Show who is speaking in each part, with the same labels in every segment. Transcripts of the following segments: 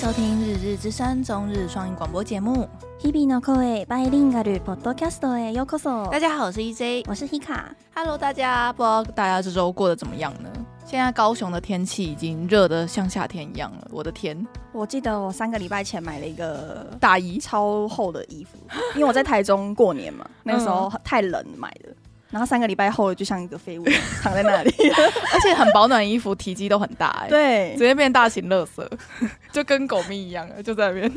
Speaker 1: 收听《日日之声》中日双语广播节目。
Speaker 2: 日々の声バイリンガルポッドキャストへようこそ
Speaker 1: 大。家好，我是 EJ。
Speaker 2: 我是 Hika，
Speaker 1: Hello，大家，不知道大家这周过得怎么样呢？现在高雄的天气已经热得像夏天一样了，我的天，
Speaker 3: 我记得我三个礼拜前买了一个
Speaker 1: 大一
Speaker 3: 超厚的衣服，因为我在台中过年 嘛，那个时候太冷买的。然后三个礼拜后就像一个废物一样躺在那里，
Speaker 1: 而且很保暖，衣服体积都很大、哎，
Speaker 3: 对
Speaker 1: 直，接变大型垃圾， 就跟狗咪一样了，就在那边。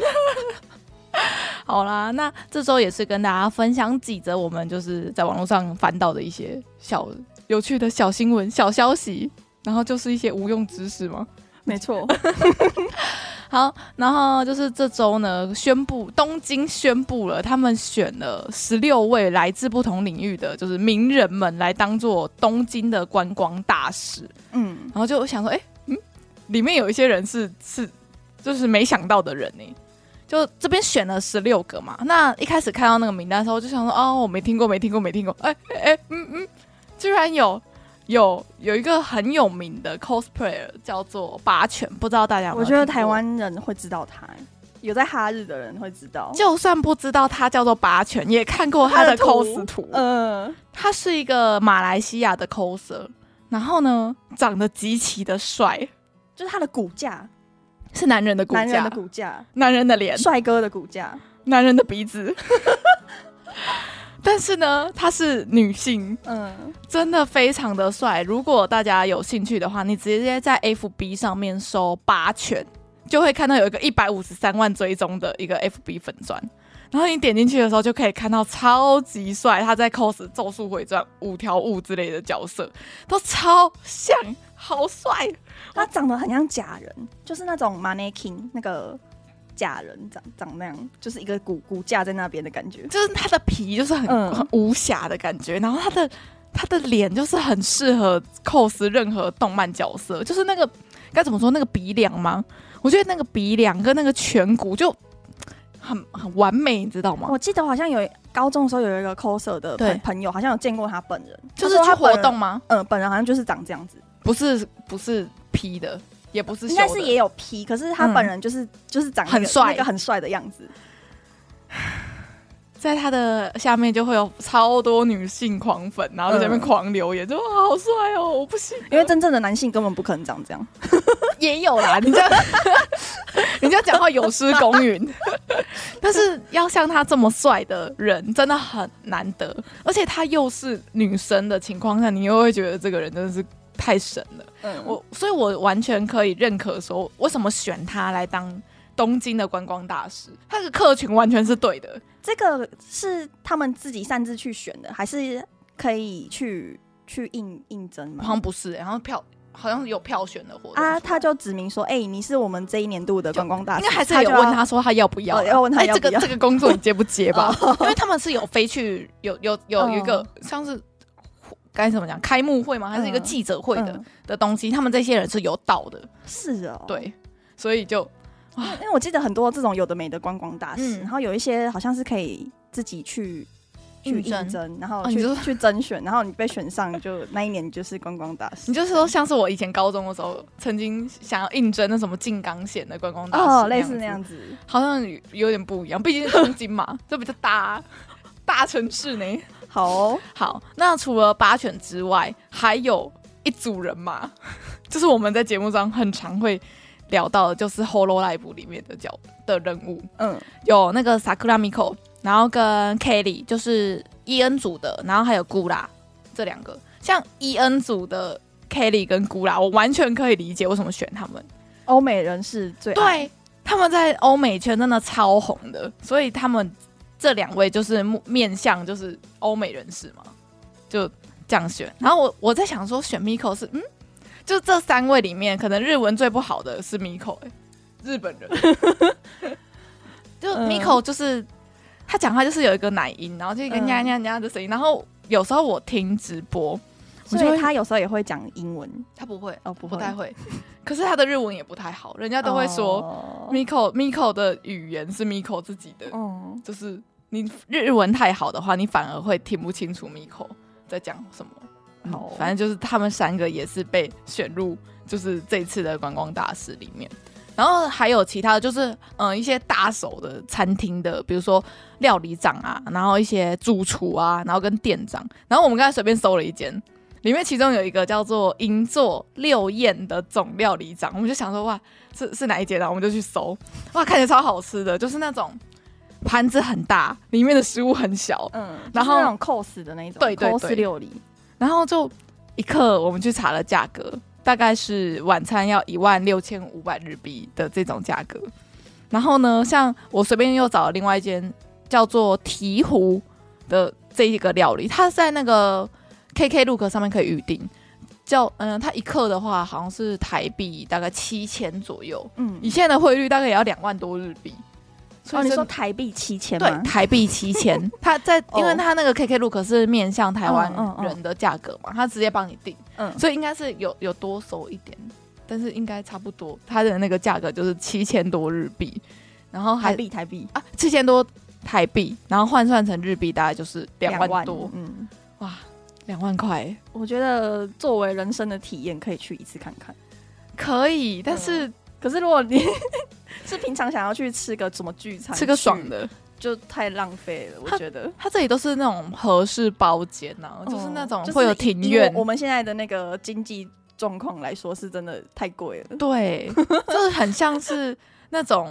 Speaker 1: 好啦，那这周也是跟大家分享几则我们就是在网络上翻到的一些小有趣的小新闻、小消息，然后就是一些无用知识嘛。
Speaker 3: 没错，
Speaker 1: 好，然后就是这周呢，宣布东京宣布了，他们选了十六位来自不同领域的就是名人们来当做东京的观光大使，
Speaker 3: 嗯，
Speaker 1: 然后就想说，哎、嗯，里面有一些人是是就是没想到的人呢、就这边选了十六个嘛，那一开始看到那个名单的时候，我就想说，哦，我没听过，没听过，没听过，哎哎哎，嗯嗯，居然有有有一个很有名的 cosplayer 叫做八犬，不知道大家有没有
Speaker 3: 我觉得
Speaker 1: 听过
Speaker 3: 台湾人会知道他，有在哈日的人会知道，
Speaker 1: 就算不知道他叫做八犬，也看过他的
Speaker 3: 他的图
Speaker 1: cos 图。
Speaker 3: 呃，
Speaker 1: 他是一个马来西亚的 coser，然后呢，长得极其的帅，
Speaker 3: 就是他的骨架，
Speaker 1: 是男人的骨架，
Speaker 3: 男人的骨架，
Speaker 1: 男人的脸，
Speaker 3: 帅哥的骨架，
Speaker 1: 男人的鼻子。 但是呢，她是女性，
Speaker 3: 嗯，
Speaker 1: 真的非常的帅。如果大家有兴趣的话，你直接在 FB 上面搜八犬，就会看到有一个一百五十三万追踪的一个 FB 粉砖。然后你点进去的时候，就可以看到超级帅，他在 cos《咒术回转》五条悟之类的角色，都超像，好帅。
Speaker 3: 他长得很像假人，就是那种 mannequin 那个假人长长那样，就是一个骨骨架在那边的感觉，
Speaker 1: 就是他的皮就是很、
Speaker 3: 嗯
Speaker 1: 很无瑕的感觉，然后他的他的脸就是很适合 cos 任何动漫角色，就是那个该怎么说那个鼻梁吗？我觉得那个鼻梁跟那个颧骨就很很完美，你知道吗？
Speaker 3: 我记得好像有高中的时候有一个 coser 的
Speaker 1: 对
Speaker 3: 朋朋友，好像有见过他本人，
Speaker 1: 就是
Speaker 3: 他
Speaker 1: 去
Speaker 3: 说他本
Speaker 1: 活
Speaker 3: 人
Speaker 1: 动，吗？
Speaker 3: 嗯、本人好像就是长这样子，
Speaker 1: 不是不是 P 的，也不是
Speaker 3: 应
Speaker 1: 修
Speaker 3: 该
Speaker 1: 的，
Speaker 3: 是也有 P，可是他
Speaker 1: 嗯
Speaker 3: 本人就是、就是长那个
Speaker 1: 很帅嗯
Speaker 3: 那个很帅的样子，
Speaker 1: 在他的下面就会有超多女性狂粉，然后在下面
Speaker 3: 嗯
Speaker 1: 狂留言，就哇好帅哦，我不行了，
Speaker 3: 因为真正的男性根本不可能长这样，
Speaker 1: 也有 啦，你这样，你这样讲话有失公允。 但是要像他这么帅的人，真的很难得。而且他又是女生的情况下，你又会觉得这个人真的是太神了。
Speaker 3: 嗯，
Speaker 1: 我，所以我完全可以认可说，为什么选他来当东京的观光大使，他的客群完全是对的。
Speaker 3: 这个是他们自己擅自去选的，还是可以去去应应征
Speaker 1: 好像
Speaker 3: 吗？
Speaker 1: 不是、然后票好像有票选的活动
Speaker 3: 啊，他就指明说，哎、你是我们这一年度的观光大使，
Speaker 1: 应该还是有
Speaker 3: 就要
Speaker 1: 问他说他要不要啊、
Speaker 3: 哦要问他
Speaker 1: 哎
Speaker 3: 要不
Speaker 1: 这个
Speaker 3: 要
Speaker 1: 这个工作你接不接 吧？因为他们是有飞去有有有
Speaker 3: 嗯
Speaker 1: 一个像是该怎么讲开幕会吗？还是一个
Speaker 3: 嗯
Speaker 1: 记者会的、
Speaker 3: 嗯
Speaker 1: 的东西？他们这些人是有到的，
Speaker 3: 是哦，。
Speaker 1: 对，所以就
Speaker 3: 因为我记得很多这种有的没的观光大使，
Speaker 1: 嗯
Speaker 3: 然后有一些好像是可以自己去去
Speaker 1: 应
Speaker 3: 应
Speaker 1: 征
Speaker 3: 征，然后
Speaker 1: 哦你
Speaker 3: 去、
Speaker 1: 说
Speaker 3: 去甄选，然后你被选上就那一年你就是观光大 使。
Speaker 1: 你就是说像是我以前高中的时候曾经想要应征那什么静冈县的观光大使那样
Speaker 3: 哦，
Speaker 1: 子，
Speaker 3: 类似那样子，
Speaker 1: 好像有有点不一样，毕竟是东京嘛， 这比较大大城市呢。
Speaker 3: 好哦、
Speaker 1: 好，那除了八犬之外，还有一组人马， 就是我们在节目上很常会聊到的，就是《Holo Live》里面的角的人物，
Speaker 3: 嗯，
Speaker 1: 有那个 Sakura Miko，然后跟 Kelly，就是伊恩组的，然后还有 Gula 这两个。像伊恩组的 Kelly 跟 Gula，我完全可以理解为什么选他们。
Speaker 3: 欧美人士最爱，
Speaker 1: 对，他们在欧美圈真的超红的，所以他们这两位就是目面向就是欧美人士嘛，就这样选。然后我我在想说，选 Miko 是嗯，就这三位里面，可能日文最不好的是 Miko，、欸、日本人。 就
Speaker 3: 嗯
Speaker 1: Miko 就是、他讲话就是有一个奶音，然后就一个
Speaker 3: 嗯
Speaker 1: 呀呀呀的声音，然后有时候我听直播，我就
Speaker 3: 所
Speaker 1: 会
Speaker 3: 以他有时候也会讲英文
Speaker 1: 他不会，
Speaker 3: 哦，不
Speaker 1: 不
Speaker 3: 会，
Speaker 1: 太会，可是他的日文也不太好，人家
Speaker 3: 他
Speaker 1: 都会说。
Speaker 3: 哦，
Speaker 1: Miko Miko 的语言是 Miko 自己的，
Speaker 3: 嗯
Speaker 1: 就是你日文太好的话，你反而会听不清楚 Miko 在讲什么。
Speaker 3: 好
Speaker 1: 嗯
Speaker 3: 哦
Speaker 1: 反正就是他们三个也是被选入，就是这次的观光大使里面。然后还有其他的就是，嗯、一些大手的餐厅的，比如说料理长啊，然后一些主厨啊，然后跟店长。然后我们刚才随便搜了一间，里面其中有一个叫做银座六宴的总料理长，我们就想说哇，是是哪一间啊？我们就去搜，哇，看起来超好吃的，就是那种盘子很大，里面的食物很小，
Speaker 3: 嗯，
Speaker 1: 然后
Speaker 3: 就是那种 cos 的那一种，
Speaker 1: 对对对
Speaker 3: cos 料理，
Speaker 1: 然后就一克，我们去查了价格，大概是晚餐要一万六千五百日币的这种价格。然后呢，像我随便又找了另外一间叫做鹈鹕的这一个料理，它在那个 KK Look 上面可以预定，叫嗯、它一克的话好像是台币大概七千左右，
Speaker 3: 嗯
Speaker 1: 以，现在的汇率大概也要两万多日币。所以
Speaker 3: 哦，你
Speaker 1: 真
Speaker 3: 说
Speaker 1: 的
Speaker 3: 台币七千
Speaker 1: 对
Speaker 3: 吗？
Speaker 1: 台币七千， 他在因为
Speaker 3: 哦
Speaker 1: 他那个 KK Look 是面向台湾
Speaker 3: 嗯嗯嗯
Speaker 1: 人的价格嘛，他直接帮你定，
Speaker 3: 嗯，
Speaker 1: 所以应该是有有多收一点，但是应该差不多，他的那个价格就是七千多日币，然后
Speaker 3: 台
Speaker 1: 还
Speaker 3: 币台币
Speaker 1: 啊七千多台币，然后换算成日币大概就是两万多，
Speaker 3: 嗯，
Speaker 1: 哇，两万块
Speaker 3: 我觉得作为人生的体验，可以去一次看看。
Speaker 1: 可以，但是
Speaker 3: 可是如果你 是平常想要去吃个什么聚餐，
Speaker 1: 啊吃个爽，的，
Speaker 3: 就太浪费了，我觉得。
Speaker 1: 他这里都是那种合适包间呐、就是那种
Speaker 3: 哦就是
Speaker 1: 会有庭院
Speaker 3: 以我，我们现在的那个经济状况来说，是真的太贵了。
Speaker 1: 对，就是很像是那种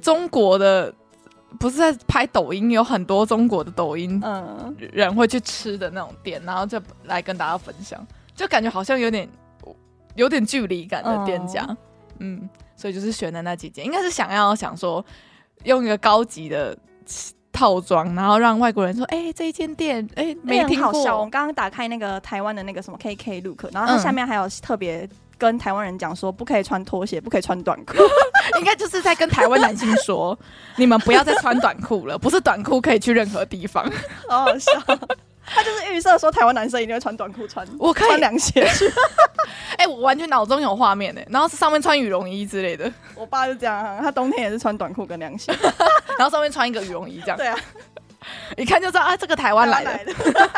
Speaker 1: 中国的，不是在拍抖音，有很多中国的抖音
Speaker 3: 嗯，
Speaker 1: 人会去吃的那种店，然后就来跟大家分享，就感觉好像有点有点距离感的店家，
Speaker 3: 哦
Speaker 1: 嗯，所以就是选的那几间，应该是想要想说用一个高级的套装，然后让外国人说，哎、这一间店，哎、没
Speaker 3: 哎
Speaker 1: 听
Speaker 3: 很好笑。我
Speaker 1: 过，
Speaker 3: 刚刚打开那个台湾的那个什么 KK Look，然后它
Speaker 1: 嗯
Speaker 3: 下面还有特别跟台湾人讲说，不可以穿拖鞋，不可以穿短裤。
Speaker 1: 应该就是在跟台湾男性 说，你们不要再穿短裤了，不是短裤可以去任何地方。
Speaker 3: 好好笑。他就是预设说台湾男生一定会穿短裤穿，
Speaker 1: 我可以
Speaker 3: 穿凉鞋去。
Speaker 1: 哎、我完全脑中有画面呢、然后是上面穿羽绒衣之 类的，
Speaker 3: 我爸就这样啊，他冬天也是穿短裤跟凉 鞋。
Speaker 1: 然后上面穿一个羽绒衣这样，
Speaker 3: 对啊，
Speaker 1: 一看就知道啊，这个台湾来
Speaker 3: 他
Speaker 1: 的。
Speaker 3: 的。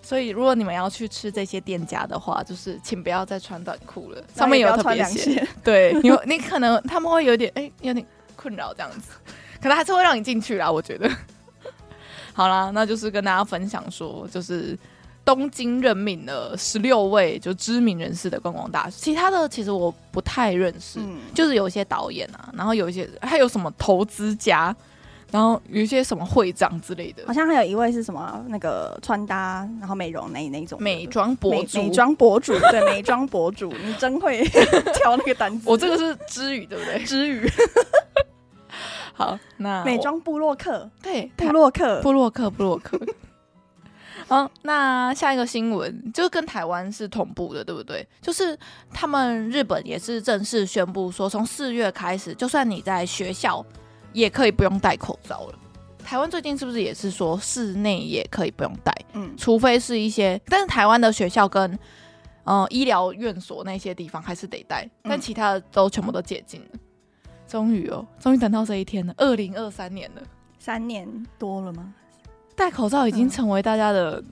Speaker 1: 所以如果你们要去吃这些店家的话，就是请不要再穿短裤了，上
Speaker 3: 上面
Speaker 1: 面
Speaker 3: 也
Speaker 1: 有
Speaker 3: 要
Speaker 1: 特
Speaker 3: 穿
Speaker 1: 别
Speaker 3: 凉
Speaker 1: 写，
Speaker 3: 鞋。
Speaker 1: 对你有你可能他们会有点哎、有点困扰这样 子，可能还是会让你进去啦，我觉得。 好啦，那就是跟大家分享说，就是东京任命了十六位就知名人士的观光大使，其他的其实我不太认识，
Speaker 3: 嗯，
Speaker 1: 就是有一些导演啊，然后有一些还有什么投资家，然后有一些什么会长之类的
Speaker 3: 好，像还有一位是什么那个穿搭，然后美容那那一种的
Speaker 1: 美妆博
Speaker 3: 美
Speaker 1: 主。
Speaker 3: 美，妆博主，对 美妆博主，你真会 挑那个单词。
Speaker 1: 我这个是知语，对不对？知语。 好，那我
Speaker 3: 美妆部落客，
Speaker 1: 对
Speaker 3: 部落客，
Speaker 1: 布洛克，布洛克。 好，那下一个新闻就跟台湾是同步的，对不对？就是他们日本也是正式宣布说，从四月开始，就算你在学校也可以不用戴口罩了。台湾最近是不是也是说室内也可以不用戴，
Speaker 3: 嗯，
Speaker 1: 除非是一些，但是台湾的学校跟呃医疗院所那些地方还是得戴，但
Speaker 3: 嗯
Speaker 1: 其他的都全部都解禁了。终于哦，终于等到这一天了，二零二三年了。
Speaker 3: 三年多了吗？
Speaker 1: 戴口罩已经
Speaker 3: 嗯
Speaker 1: 成为大家的、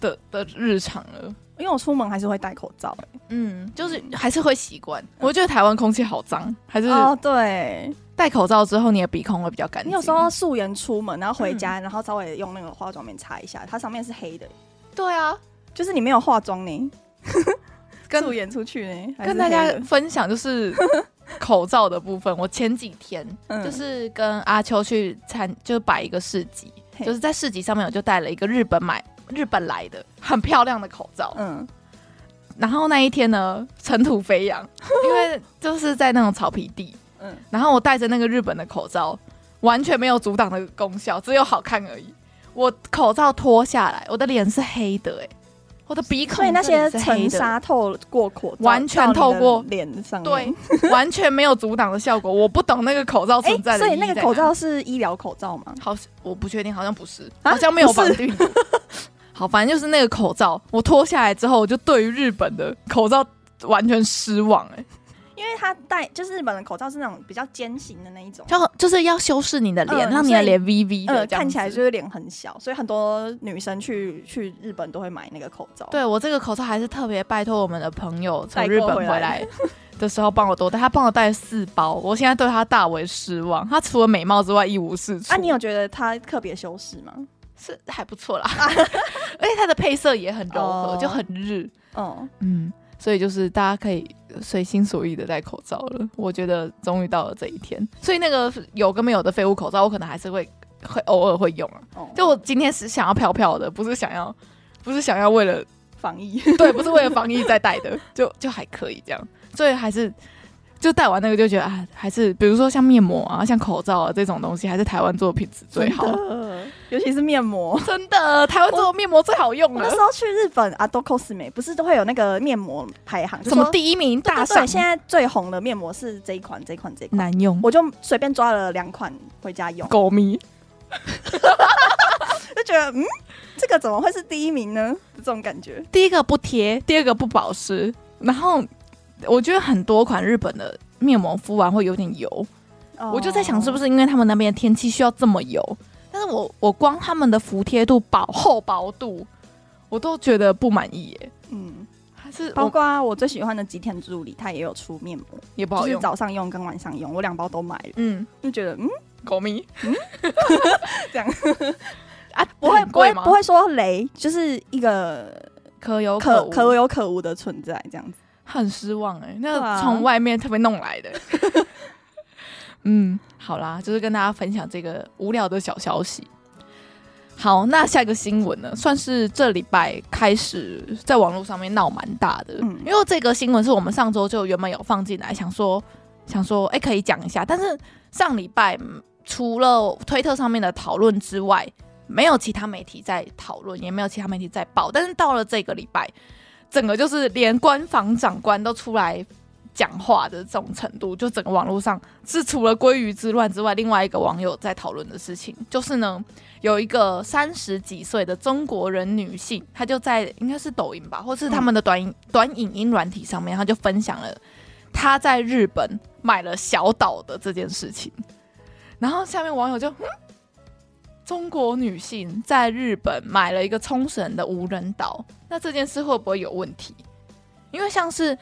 Speaker 1: 的的日常了。
Speaker 3: 因为我出门还是会戴口罩。
Speaker 1: 嗯，就是还是会习惯。我觉得台湾空气好脏，还是
Speaker 3: 哦，对，
Speaker 1: 戴口罩之后你的鼻孔会比较干净。
Speaker 3: 你有时候素颜出门，然后
Speaker 1: 嗯
Speaker 3: 回家，然后稍微用那个化妆棉擦一下，它上面是黑的，
Speaker 1: 对啊，
Speaker 3: 就是你没有化 妆呢，
Speaker 1: 跟
Speaker 3: 素颜出去呢，还是
Speaker 1: 跟大家
Speaker 3: 黑的
Speaker 1: 分享就是 口罩的部分。我前几天
Speaker 3: 嗯
Speaker 1: 就是跟阿秋去参，就摆一个市集，
Speaker 3: 嘿
Speaker 1: 就是在市集上面我就带了一个日本买日本来的很漂亮的口罩，
Speaker 3: 嗯
Speaker 1: 然后那一天呢尘土飞 扬，因为就是在那种草皮地，
Speaker 3: 嗯，
Speaker 1: 然后我戴着那个日本的口罩，完全没有阻挡的功效，只有好看而已。我口罩脱下来，我的脸是黑的、欸，我的鼻孔
Speaker 3: 所以那些
Speaker 1: 这里是黑
Speaker 3: 尘
Speaker 1: 的，
Speaker 3: 沙透过口罩，
Speaker 1: 完全透过
Speaker 3: 到你的脸上面，
Speaker 1: 对，欸完全没有阻挡的效果。我不懂那个口罩存在
Speaker 3: 哎，
Speaker 1: 的、啊
Speaker 3: 所
Speaker 1: 意
Speaker 3: 以
Speaker 1: 义
Speaker 3: 那个
Speaker 1: 在
Speaker 3: 口
Speaker 1: 哪
Speaker 3: 罩是医疗口罩吗？
Speaker 1: 好，我不确定，好像不是，
Speaker 3: 啊
Speaker 1: 好像没有
Speaker 3: 不
Speaker 1: 绑
Speaker 3: 是
Speaker 1: 定。 好，反正就是那个口罩，我脱下来之后，我就对于日本的口罩完全失望、欸，哎，
Speaker 3: 因为它戴就是日本的口罩是那种比较尖形的那一种，
Speaker 1: 就就是要修饰你的脸，
Speaker 3: 嗯
Speaker 1: 让你
Speaker 3: 所
Speaker 1: 的
Speaker 3: 以
Speaker 1: 脸 V V 的、
Speaker 3: 呃，
Speaker 1: 这样
Speaker 3: 看起来
Speaker 1: 子
Speaker 3: 就是脸很小，所以很多女生去去日本都会买那个口罩。
Speaker 1: 对我这个口罩还是特别拜托我们的朋友从
Speaker 3: 代购
Speaker 1: 日本
Speaker 3: 回
Speaker 1: 回
Speaker 3: 来
Speaker 1: 来， 的时候帮我多带，他帮我带了四包，我现在对他大为失望。他除了美貌之外一无是处。
Speaker 3: 啊，你有觉得他特别修饰吗？
Speaker 1: 是还不错啦， 而且它的配色也很柔和，
Speaker 3: 啊哦
Speaker 1: 就很日，
Speaker 3: 哦，
Speaker 1: 嗯，所以就是大家可以随心所欲的戴口罩了。我觉得终于到了这一天，所以那个有跟没有的废物口罩，我可能还是会会偶尔会用啊。
Speaker 3: 哦
Speaker 1: 就我今天是想要飘飘的，不是想要，不是想要为了
Speaker 3: 防疫
Speaker 1: 对，不是为了防疫在戴的，就就还可以这样。所以还是就戴完那个就觉得啊，还是比如说像面膜啊、像口罩啊这种东西，还是台湾做的品质最好。
Speaker 3: 呃尤其是面膜。
Speaker 1: 真的，台湾做的面膜最好用
Speaker 3: 我那时
Speaker 1: 了，
Speaker 3: 候去日本啊，都 cosme 不是都会有那个面膜排行，就
Speaker 1: 什么
Speaker 3: 说啊
Speaker 1: 第一名大
Speaker 3: 对
Speaker 1: 赏
Speaker 3: 对，，现在最红的面膜是这一款、这一款、这一款，
Speaker 1: 难用，
Speaker 3: 我就随便抓了两款回家用，
Speaker 1: 狗迷。
Speaker 3: 就觉得嗯，这个怎么会是第一名呢？这种感觉。
Speaker 1: 第一个不贴，第二个不保湿，然后我觉得很多款日本的面膜敷完会有点油，
Speaker 3: 哦
Speaker 1: 我就在想是不
Speaker 3: 是
Speaker 1: 是因为他们那边的天气需要这么油，但是我我光他们的服帖度、薄厚薄度，我都觉得不满意耶，
Speaker 3: 嗯，
Speaker 1: 还是
Speaker 3: 包
Speaker 1: 我
Speaker 3: 括我最喜欢的吉田助理，他也有出面膜，
Speaker 1: 也不好
Speaker 3: 就是
Speaker 1: 用。
Speaker 3: 早上用跟晚上用，我两包都买了，
Speaker 1: 嗯，
Speaker 3: 就觉得嗯，
Speaker 1: 狗迷
Speaker 3: 这样
Speaker 1: 啊，
Speaker 3: 不会
Speaker 1: 很
Speaker 3: 不会
Speaker 1: 贵吗？
Speaker 3: 不会说雷，就是一个
Speaker 1: 可有
Speaker 3: 可
Speaker 1: 无
Speaker 3: 可有可无的存在这样子。
Speaker 1: 很失望哎、那
Speaker 3: 对
Speaker 1: 个
Speaker 3: 啊
Speaker 1: 从外面特别弄来 的。嗯，好啦，就是跟大家分享这个无聊的小消息。好，那下一个新闻呢，算是这礼拜开始在网络上面闹蛮大的，
Speaker 3: 嗯
Speaker 1: 因为这个新闻是我们上周就原本有放进来，想说想说，哎、可以讲一下，但是上礼拜嗯除了推特上面的讨论之外，没有其他媒体在讨论，也没有其他媒体在报，但是到了这个礼拜，整个就是连官方长官都出来讲话的这种程度，就整个网络上是除了鲑鱼之乱之外，另外一个网友在讨论的事情，就是呢，有一个三十几岁的中国人女性，她就在应该是抖音吧，或是他们的短影、短影音软体上面，她就分享了她在日本买了小岛的这件事情，然后下面网友就。嗯中国女性在日本买了一个冲绳的无人岛，那这件事会不会有问题？因为像是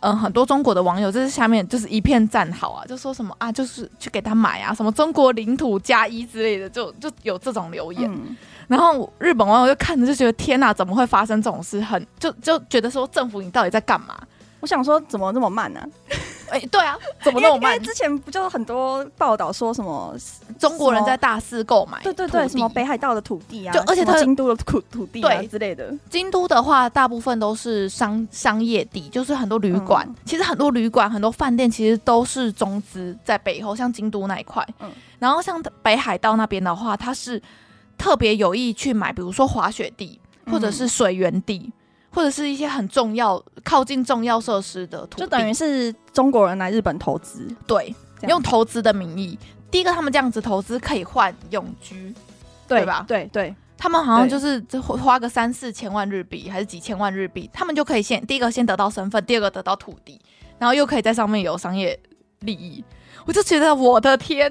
Speaker 1: 嗯，很多中国的网友就是下面就是一片赞好啊，就说什么啊，就是去给他买啊，什么中国领土加一之类的，就就有这种留言。
Speaker 3: 嗯，
Speaker 1: 然后日本网友就看着就觉得天哪，怎么会发生这种事？很就就觉得说政府你到底在干嘛？
Speaker 3: 我想说怎么那么慢呢、啊？
Speaker 1: 哎、对啊，怎么
Speaker 3: 因
Speaker 1: 那
Speaker 3: 为
Speaker 1: 么
Speaker 3: 因为
Speaker 1: 慢？
Speaker 3: 之前不就很多报道说什么？
Speaker 1: 中国人在大肆购买土
Speaker 3: 对
Speaker 1: 地，
Speaker 3: 对对，什么北海道的土地啊，
Speaker 1: 就而且
Speaker 3: 什么
Speaker 1: 他
Speaker 3: 京都的土土地啊
Speaker 1: 对
Speaker 3: 之类的，
Speaker 1: 京都的话，大部分都是商商业地，就是很多旅馆。
Speaker 3: 嗯
Speaker 1: 其实很多旅馆、很多饭店其实都是中资在背后，像京都那一块。
Speaker 3: 嗯
Speaker 1: 然后像北海道那边的话，它是特别有意去买，比如说滑雪地，
Speaker 3: 嗯
Speaker 1: 或者是水源地，或者是一些很重要、靠近重要设施的土地，
Speaker 3: 就等于是中国人来日本投资，
Speaker 1: 对
Speaker 3: 这样
Speaker 1: 用投资的名义。第一个，他们这样子投资可以换永居，对吧
Speaker 3: 对对，
Speaker 1: 他们好像就是就花花个三四千万日币还是几千万日币，他们就可以先第一个先得到身份，第二个得到土地，然后又可以在上面有商业利益。我就觉得我的天，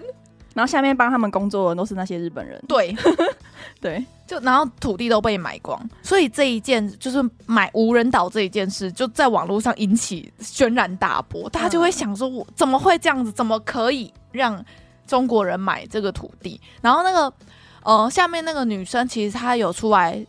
Speaker 3: 然后下面帮他们工作的人都是那些日本人，
Speaker 1: 对，
Speaker 3: 对，
Speaker 1: 就然后土地都被买光，所以这一件就是买无人岛这一件事，就在网络上引起轩然大波，大家就会想说，我怎么会这样子？怎么可以让中国人买这个土地？然后那个呃，下面那个女生其实她有出来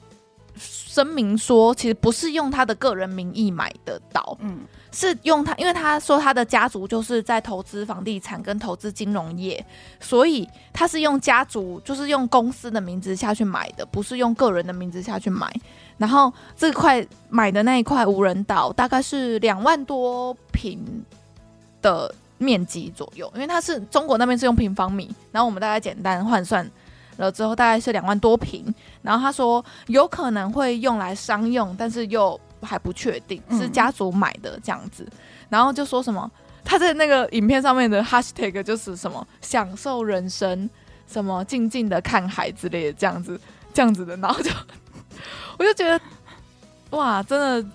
Speaker 1: 声明说，其实不是用她的个人名义买的岛，
Speaker 3: 嗯，
Speaker 1: 是用他，因为他说他的家族就是在投资房地产跟投资金融业，所以他是用家族，就是用公司的名字下去买的，不是用个人的名字下去买。然后这块买的那一块无人岛大概是两万多平的面积左右，因为它是中国那边是用平方米，然后我们大概简单换算了之后大概是两万多平。然后他说有可能会用来商用，但是又还不确定
Speaker 3: 嗯
Speaker 1: 是家族买的这样子。然后就说什么他在那个影片上面的 hashtag 就是什么享受人生，什么静静的看海之类的这样子这样子的，然后就我就觉得哇，真的。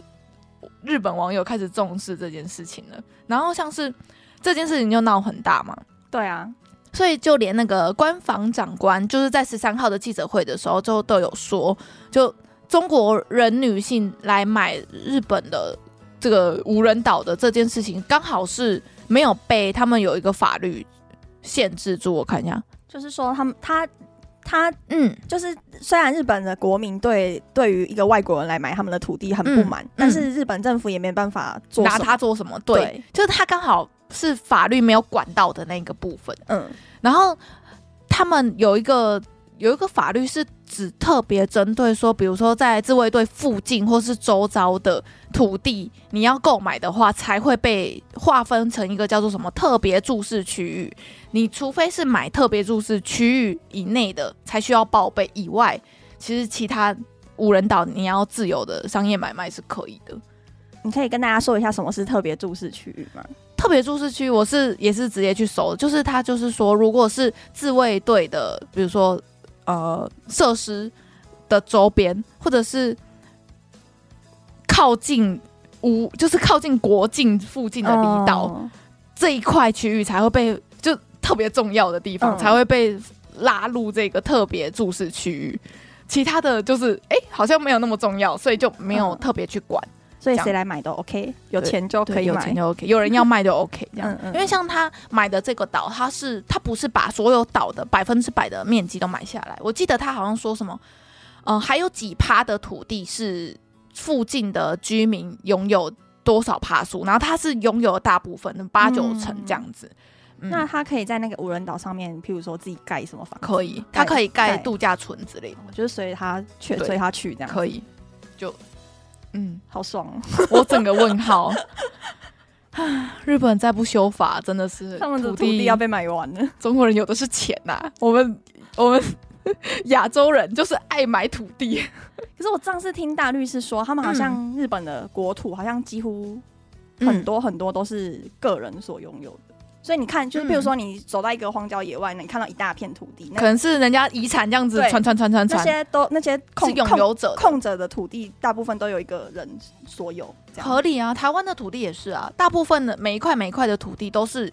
Speaker 1: 日本网友开始重视这件事情了，然后像是这件事情就闹很大嘛，
Speaker 3: 对啊，
Speaker 1: 所以就连那个官房长官，就是在十三号的记者会的时候，就都有说，就中国人女性来买日本的这个无人岛的这件事情，刚好是没有被他们有一个法律限制住。我看一下，
Speaker 3: 就是说他们他他
Speaker 1: 嗯，
Speaker 3: 就是虽然日本的国民对对于一个外国人来买他们的土地很不满，
Speaker 1: 嗯
Speaker 3: 但是日本政府也没办法做
Speaker 1: 拿
Speaker 3: 什么
Speaker 1: 他做什么？对，
Speaker 3: 对
Speaker 1: 就是他刚好是法律没有管到的那个部分。
Speaker 3: 嗯
Speaker 1: 然后他们有一个有一个法律是只特别针对说，比如说在自卫队附近或是周遭的土地，你要购买的话，才会被划分成一个叫做什么特别注视区域。你除非是买特别注视区域以内的，才需要报备，以外，其实其他无人岛你要自由的商业买卖是可以的。
Speaker 3: 你可以跟大家说一下什么是特别注视区域吗？
Speaker 1: 特别注视区，我是也是直接去搜的，就是他就是说，如果是自卫队的，比如说呃设施的周边，或者是靠近无，就是靠近国境附近的离岛、哦
Speaker 3: 嗯
Speaker 1: 这一块区域才会被就特别重要的地方、
Speaker 3: 嗯
Speaker 1: 才会被拉入这个特别注视区域，其他的就是哎、好像没有那么重要，所以就没有
Speaker 3: 嗯
Speaker 1: 特别去管。
Speaker 3: 所以
Speaker 1: 这样
Speaker 3: 谁来买都 OK，有
Speaker 1: 对
Speaker 3: 钱就可
Speaker 1: 对
Speaker 3: 以
Speaker 1: 有
Speaker 3: 买
Speaker 1: 钱。就 OK，有人 要卖就 OK 这样。
Speaker 3: 嗯嗯
Speaker 1: 因为像他买的这个岛，他是他不是把所有岛的百分之百的面积都买下来，我记得他好像说什么，呃，还有几趴的土地是附近的居民拥有多少趴数，然后他是拥有大部分的八九成这样子。嗯
Speaker 3: 那他可以在那个无人岛上面，譬如说自己盖什么房子，
Speaker 1: 可以，他可以盖
Speaker 3: 盖
Speaker 1: 度假村之类的，
Speaker 3: 就是随他去，
Speaker 1: 对
Speaker 3: 随他去这样，
Speaker 1: 可以，就嗯，
Speaker 3: 好爽哦！
Speaker 1: 我整个问号。 唉日本再不修法，真的是
Speaker 3: 他们的
Speaker 1: 土
Speaker 3: 土
Speaker 1: 地
Speaker 3: 地要被买完了。
Speaker 1: 中国人有的是钱呐、我们我们 亚洲人就是爱买土地，
Speaker 3: 可是我上次听大律师说，他们好像日本的国土好像几乎很
Speaker 1: 嗯
Speaker 3: 多很多都是个人所拥有的。所以你看，就是譬如说，你走到一个荒郊野外，你看到一大片土地，
Speaker 1: 可
Speaker 3: 那
Speaker 1: 能是人家遗产这样子
Speaker 3: 对
Speaker 1: 传传传传
Speaker 3: 那
Speaker 1: 传，
Speaker 3: 些都那些
Speaker 1: 是
Speaker 3: 空
Speaker 1: 拥
Speaker 3: 空
Speaker 1: 有者的
Speaker 3: 空着的土地，大部分都有一个人所有。这样
Speaker 1: 合理啊。台湾的土地也是啊，大部分的每一块每一块的土地都是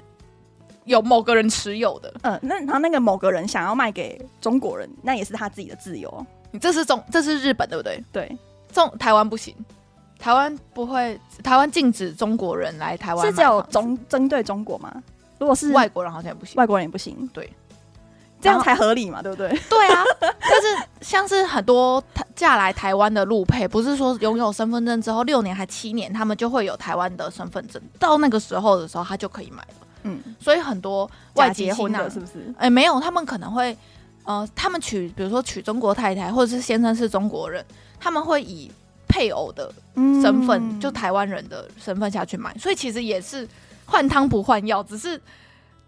Speaker 1: 有某个人持有的，
Speaker 3: 嗯，那然后那个某个人想要卖给中国人，那也是他自己的自由。哦
Speaker 1: 你这是中这是日本对不对？
Speaker 3: 对，
Speaker 1: 中台湾不行，台湾不会，台湾禁止中国人来台湾
Speaker 3: 是
Speaker 1: 买
Speaker 3: 只有
Speaker 1: 房子
Speaker 3: 中针对中国吗？如果是
Speaker 1: 外国人好像也不行。
Speaker 3: 外国人也不行，
Speaker 1: 对，
Speaker 3: 这
Speaker 1: 然
Speaker 3: 样
Speaker 1: 后
Speaker 3: 才合理嘛，对不 对？
Speaker 1: 对啊，但是像是很多台嫁来台湾的陆配，不是说拥有身份证之后六年还七年，他们就会有台湾的身份证，到那个时候的时候他就可以买了。
Speaker 3: 嗯，
Speaker 1: 所以很多外
Speaker 3: 假
Speaker 1: 结
Speaker 3: 结
Speaker 1: 婚
Speaker 3: 婚
Speaker 1: 啊
Speaker 3: 的，是不是？
Speaker 1: 哎、没有，他们可能会，呃，他们娶，比如说娶中国太太，或者是先生是中国人，他们会以配偶的身份，
Speaker 3: 嗯
Speaker 1: 就台湾人的身份下去买，所以其实也是换汤不换药，只是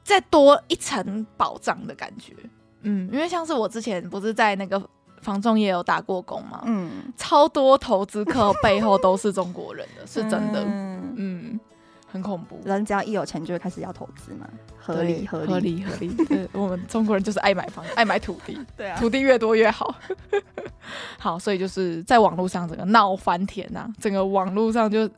Speaker 1: 再多一层保障的感觉。嗯，因为像是我之前不是在那个房仲也有打过工嘛，
Speaker 3: 嗯，
Speaker 1: 超多投资客背后都是中国人的，是真的，
Speaker 3: 嗯
Speaker 1: 嗯，很恐怖。
Speaker 3: 人只要一有钱就会开始要投资嘛，合
Speaker 1: 对
Speaker 3: 理合理
Speaker 1: 合理合理，对我们中国人就是爱买房，爱买土地。
Speaker 3: 对啊，
Speaker 1: 土地越多越好。 好，所以就是在网络上整个闹翻天呐、整个网络上就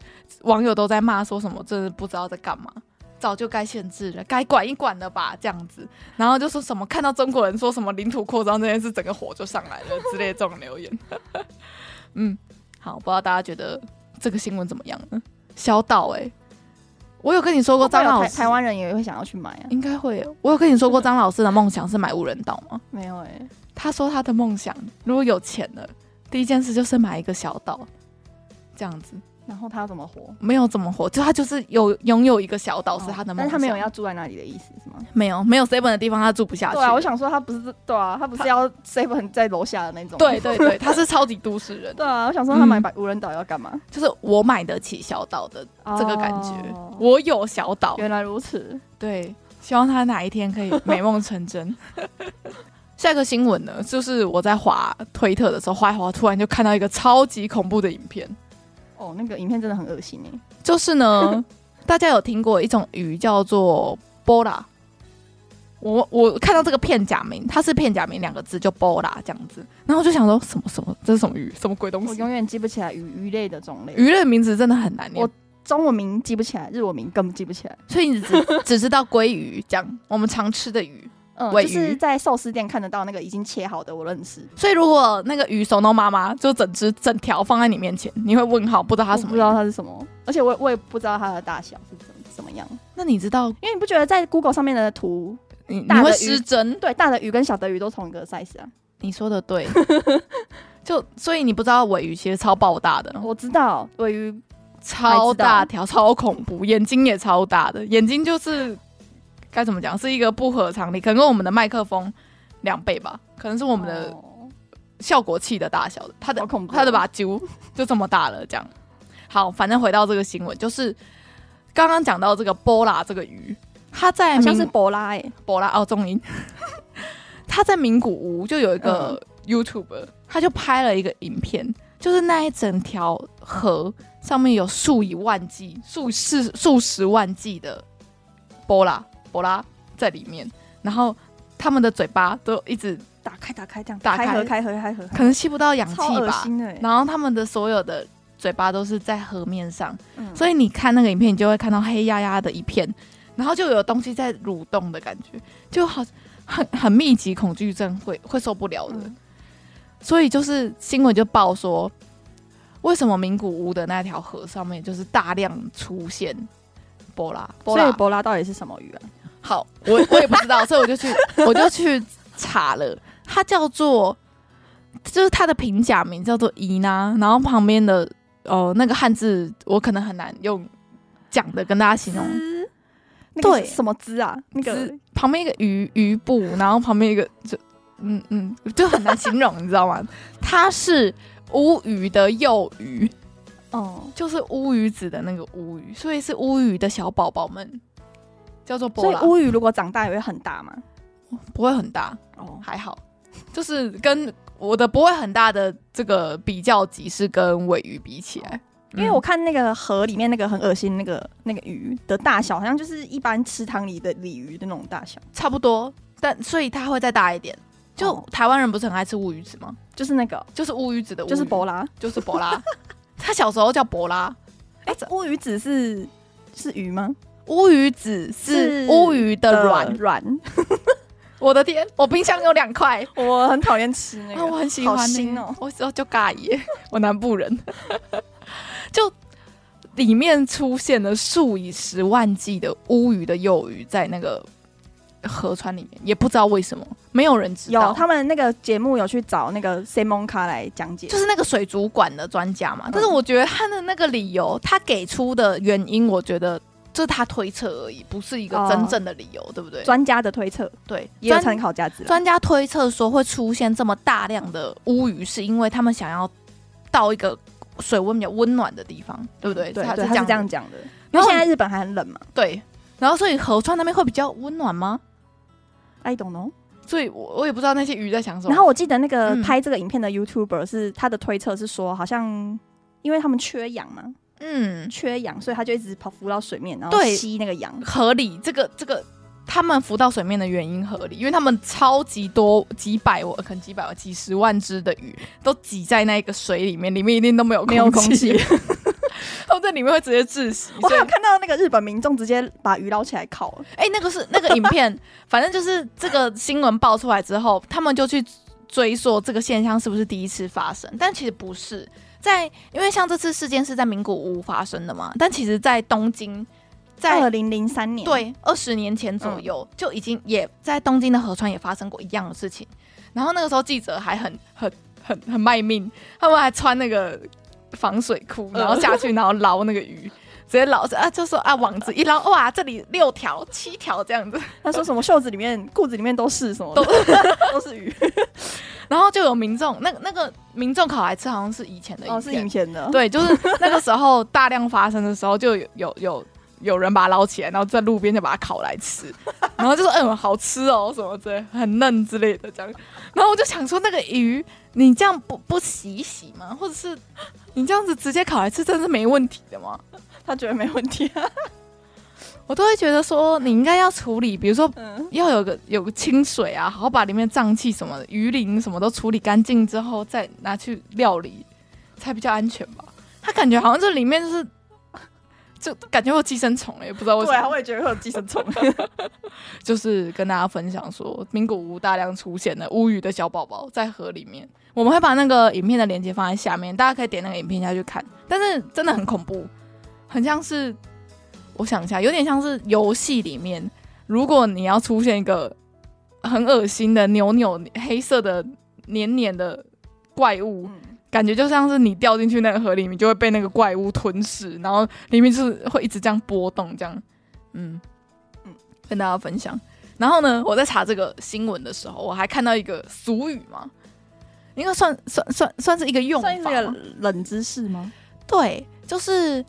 Speaker 1: 网友都在骂说什么，真的不知道在干嘛，早就该限制了，该管一管了吧，这样子。然后就说什么看到中国人说什么领土扩张这件事，整个火就上来了之类的这种留言。 嗯，好，不知道大家觉得这个新闻怎么样呢？小岛哎、我有跟你说过张
Speaker 3: 会不会有
Speaker 1: 老
Speaker 3: 台
Speaker 1: 师
Speaker 3: 台湾人也会想要去买啊？
Speaker 1: 应该会，我有跟你说过张老师的梦想是买无人岛吗？
Speaker 3: 没有哎，
Speaker 1: 他说他的梦想，如果有钱了，第一件事就是买一个小岛，这样子
Speaker 3: 然后他要怎么活？
Speaker 1: 没有怎么活，就他就是有拥有一个小岛是他的
Speaker 3: 哦
Speaker 1: 梦想，
Speaker 3: 但是他没有要住在那里的意思是吗？
Speaker 1: 没有没有 seven 的地方他住不下去。
Speaker 3: 对啊，我想说他不是对啊，他不是要 seven 在楼下的那种。
Speaker 1: 对对对，他是超级都市人，
Speaker 3: 对啊，我想说他买百无人岛要干嘛？
Speaker 1: 就是我买得起小岛的这个感觉，
Speaker 3: 哦
Speaker 1: 我有小岛，
Speaker 3: 原来如此，
Speaker 1: 对，希望他哪一天可以美梦成真。下一个新闻呢，就是我在滑推特的时候，滑一滑，突然就看到一个超级恐怖的影片，
Speaker 3: 哦，那个影片真的很恶心哎。
Speaker 1: 就是 呢，大家有听过一种鱼叫做波拉？我我看到这个片假名，它是片假名两个字，就波拉这样子。然后我就想说，什么什么，这是什么鱼？什么鬼东
Speaker 3: 我
Speaker 1: 西？
Speaker 3: 永远记不起来鱼鱼类的种类，
Speaker 1: 鱼类名字真的很难念
Speaker 3: 我，中文名记不起来，日文名根本记不起来。
Speaker 1: 所以你只只知道鲑鱼这样，我们常吃的鱼。
Speaker 3: 嗯，
Speaker 1: 尾
Speaker 3: 就是
Speaker 1: 鱼
Speaker 3: 在寿司店看得到那个已经切好的，我认识。
Speaker 1: 所以如果那个鱼手弄妈妈就整只整条放在你面前，你会问号，不知道它
Speaker 3: 我
Speaker 1: 什么？
Speaker 3: 不知道。它是什么，而且我也我也不知道它的大小是怎么怎么样，
Speaker 1: 那你知道
Speaker 3: 因为你不觉得在 Google 上面的图，
Speaker 1: 你你
Speaker 3: 大的
Speaker 1: 会
Speaker 3: 鱼
Speaker 1: 失真？
Speaker 3: 对大的鱼跟小的鱼都同一个 size 啊？
Speaker 1: 你说的对。 就所以你不知道尾鱼其实超爆大的，
Speaker 3: 我知道尾鱼
Speaker 1: 超大条，超恐怖，眼睛也超大的，眼睛就是该怎么讲，是一个不合常理，可能跟我们的麦克风两倍吧，可能是我
Speaker 3: 我
Speaker 1: 们的效果器的大小的，它的
Speaker 3: 哦好恐怖哦
Speaker 1: 它的把揪就这么大了，这样。好，反正回到这个新闻，就是刚刚讲到这个波拉这个鱼，它在
Speaker 3: 好像
Speaker 1: 名
Speaker 3: 是博拉哎、
Speaker 1: 波拉哦 重音，它在名古屋就有一个
Speaker 3: 嗯
Speaker 1: YouTube，他就拍了一个影片，就是那一整条河上面有数以万计、数十数十万计的波拉波拉在里面，然后他们的嘴巴都一直
Speaker 3: 打开打开这样，
Speaker 1: 打开
Speaker 3: 开合开合开合，
Speaker 1: 可能吸不到氧气
Speaker 3: 超恶
Speaker 1: 吧，
Speaker 3: 心的、欸，
Speaker 1: 然后他们的所有的嘴巴都是在河面上，
Speaker 3: 嗯
Speaker 1: 所以你看那个影片，你就会看到黑压压的一片，然后就有东西在蠕动的感觉，就好很很密集恐惧症会会受不了的。
Speaker 3: 嗯
Speaker 1: 所以就是新闻就报说，为什么名古屋的那条河上面就是大量出现波拉波
Speaker 3: 所以
Speaker 1: 拉？
Speaker 3: 博拉到底是什么鱼啊？
Speaker 1: 好，我我也不知道，所以我就去我就去查了，它叫做就是它的平假名叫做伊娜，然后旁边的呃那个汉字我可能很难用讲的跟大家形容，
Speaker 3: 滋，那个
Speaker 1: 对
Speaker 3: 是什么滋啊？那个
Speaker 1: 滋旁边一个鱼鱼部，然后旁边一个就嗯嗯就很难形容，你知道吗？它是乌鱼的幼鱼，
Speaker 3: 哦，
Speaker 1: 就是乌鱼子的那个乌鱼，所以是乌鱼的小宝宝们。叫做波
Speaker 3: 所
Speaker 1: 拉
Speaker 3: 以，乌鱼如果长大也会很大嘛？
Speaker 1: 不会很大，
Speaker 3: 哦，
Speaker 1: 还好，就是跟我的不会很大的这个比较级是跟尾鱼比起来，
Speaker 3: 因为我看那个河里面那个很恶心那个那个鱼的大小，好像就是一般池塘里的鲤鱼的那种大小，
Speaker 1: 嗯差不多，但所以它会再大一点。就、
Speaker 3: 哦
Speaker 1: 台湾人不是很爱吃乌鱼子吗？
Speaker 3: 就是那个
Speaker 1: 就是乌鱼子的乌鱼，
Speaker 3: 就是博拉。
Speaker 1: 就是博拉。 他小时候叫博拉，
Speaker 3: 哎，乌鱼子是是鱼吗？
Speaker 1: 乌鱼子是
Speaker 3: 是
Speaker 1: 乌鱼的卵。
Speaker 3: 卵，
Speaker 1: 我的天，我冰箱有两块。
Speaker 3: 我很讨厌吃那
Speaker 1: 啊，
Speaker 3: 个。
Speaker 1: 我很喜欢、
Speaker 3: 好
Speaker 1: 欸，
Speaker 3: 腥哦
Speaker 1: 我就就尬耶，我南部人， 就里面出现了数以十万计的乌鱼的幼鱼在那个河川里面，也不知道为什么，没有人知道。
Speaker 3: 有他们那个节目有去找那个 s i m o n 卡来讲解，
Speaker 1: 就是那个水族馆的专家嘛，
Speaker 3: 嗯
Speaker 1: 但是我觉得他的那个理由，他给出的原因，我觉得这是他推测而已，不是一个
Speaker 3: 哦
Speaker 1: 真正的理由，对不对？
Speaker 3: 专家的推测，
Speaker 1: 对，
Speaker 3: 也有
Speaker 1: 专
Speaker 3: 参考价值啦。
Speaker 1: 专家推测说，会出现这么大量的乌鱼，是因为他们想要到一个水温比较温暖的地方，对不对？
Speaker 3: 嗯对
Speaker 1: 他
Speaker 3: 对，
Speaker 1: 是
Speaker 3: 他是
Speaker 1: 这
Speaker 3: 这
Speaker 1: 样
Speaker 3: 样
Speaker 1: 子
Speaker 3: 讲的。因
Speaker 1: 然
Speaker 3: 为
Speaker 1: 后
Speaker 3: 现在日本还很冷嘛
Speaker 1: 对，然后所以河川那边会比较温暖吗？
Speaker 3: ，I don't know。
Speaker 1: 所以我我也不知道那些鱼在想什么。
Speaker 3: 然后我记得那个
Speaker 1: 嗯
Speaker 3: 拍这个影片的 YouTuber 是他的推测是说，好像因为他们缺氧嘛，
Speaker 1: 嗯，
Speaker 3: 缺氧，所以他就一直跑浮到水面，然后
Speaker 1: 对
Speaker 3: 吸那个氧。
Speaker 1: 合理，这个这个。他们浮到水面的原因合理，因为他们超级多几百万，可能几百万、几十万只的鱼都挤在那个水里面，里面一定都没有
Speaker 3: 没有空
Speaker 1: 气
Speaker 3: 气，
Speaker 1: 他们在里面会直接窒息。
Speaker 3: 我
Speaker 1: 所以
Speaker 3: 还有看到那个日本民众直接把鱼捞起来烤，
Speaker 1: 哎、那个是那个影片， 反正就是这个新闻爆出来之后，他们就去追溯这个现象是不是第一次发生，但其实不是。在因为像这次事件是在名古屋发生的嘛，但其实在东京，在
Speaker 3: 二零零三年，，嗯
Speaker 1: 对，二十年前左右、就已经也在东京的河川也发生过一样的事情。然后那个时候记者还很很很很卖命，他们还穿那个防水裤，
Speaker 3: 嗯
Speaker 1: 然后下去然后捞那个 鱼，直接捞着啊，就说啊网子一捞，哇，这里六条七条这样子，
Speaker 3: 他说什么袖子里面、裤子里面都是什么的， 都是鱼，
Speaker 1: 然后就有民众那个那个民众烤来吃，好像是以前的
Speaker 3: 哦，
Speaker 1: 影
Speaker 3: 是
Speaker 1: 片
Speaker 3: 以前的，，
Speaker 1: 对，就是那个时候大量发生的时候，就有有有有人把它捞起来，然后在路边就把它烤来吃，然后就说嗯好吃哦什么之类，很嫩之类的这样。然后我就想说，那个鱼你这样不不洗一洗吗？或者是你这样子直接烤来吃，真的是没问题的吗？
Speaker 3: 他觉得没问题啊，
Speaker 1: 我都会觉得说，你应该要处理，比如说
Speaker 3: 嗯，
Speaker 1: 要有个有个清水啊，好好把里面脏气什么的、鱼鳞什么都处理干净之后，再拿去料理，才比较安全吧。他感觉好像这里面就是就感觉会有寄生虫了，也不知道为什
Speaker 3: 对啊，
Speaker 1: 么。
Speaker 3: 我也觉得会有寄生虫。
Speaker 1: 就是跟大家分享说，名古屋大量出现了乌鱼的小宝宝在河里面。我们会把那个影片的链接放在下面，大家可以点那个影片下去看。但是真的很恐怖，很像是我想一下，有点像是游戏里面，如果你要出现一个很恶心的扭扭黑色的黏黏的怪物，
Speaker 3: 嗯
Speaker 1: 感觉就像是你掉进去那个河里面，就会被那个怪物吞噬，然后里面就是会一直这样波动，这样，嗯嗯
Speaker 3: 嗯，
Speaker 1: 跟大家分享。然后呢，我在查这个新闻的时候，我还看到一个俗语嘛，应该算算算算是一个用法
Speaker 3: 算是
Speaker 1: 吗，
Speaker 3: 个冷知识吗？
Speaker 1: 对，就是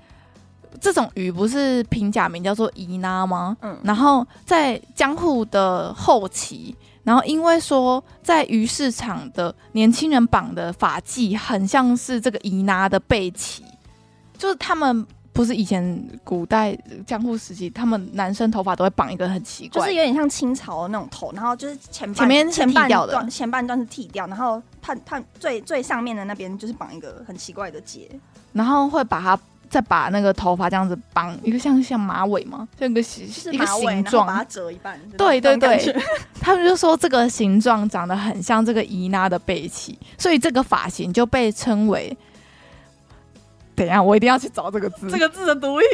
Speaker 1: 这种鱼不是平假名叫做伊那吗？
Speaker 3: 嗯
Speaker 1: 然后在江户的后期，然后因为说在鱼市场的年轻人绑的发髻很像是这个伊那的背鳍，就是他们。不是以前古代江户时期，他们男生头发都会绑一个很奇
Speaker 3: 就
Speaker 1: 怪，
Speaker 3: 是有点像清朝的那种头，然后就是前半
Speaker 1: 前面是
Speaker 3: 前半
Speaker 1: 剃掉的
Speaker 3: 段前半段是剃掉，然后判判最最上面的那边就是绑一个很奇怪的结，
Speaker 1: 然后会把它再把那个头发这样子绑一个像像马尾嘛，像一个形
Speaker 3: 就是
Speaker 1: 一个
Speaker 3: 马尾，
Speaker 1: 形
Speaker 3: 然后
Speaker 1: 状，
Speaker 3: 把它折一半。就是
Speaker 1: 对
Speaker 3: 这种
Speaker 1: 对
Speaker 3: 感觉，
Speaker 1: 他们就说这个形状长得很像这个伊娜的背鳍，所以这个发型就被称为……等一下，我一定要去找这个字。
Speaker 3: 这个字的读音，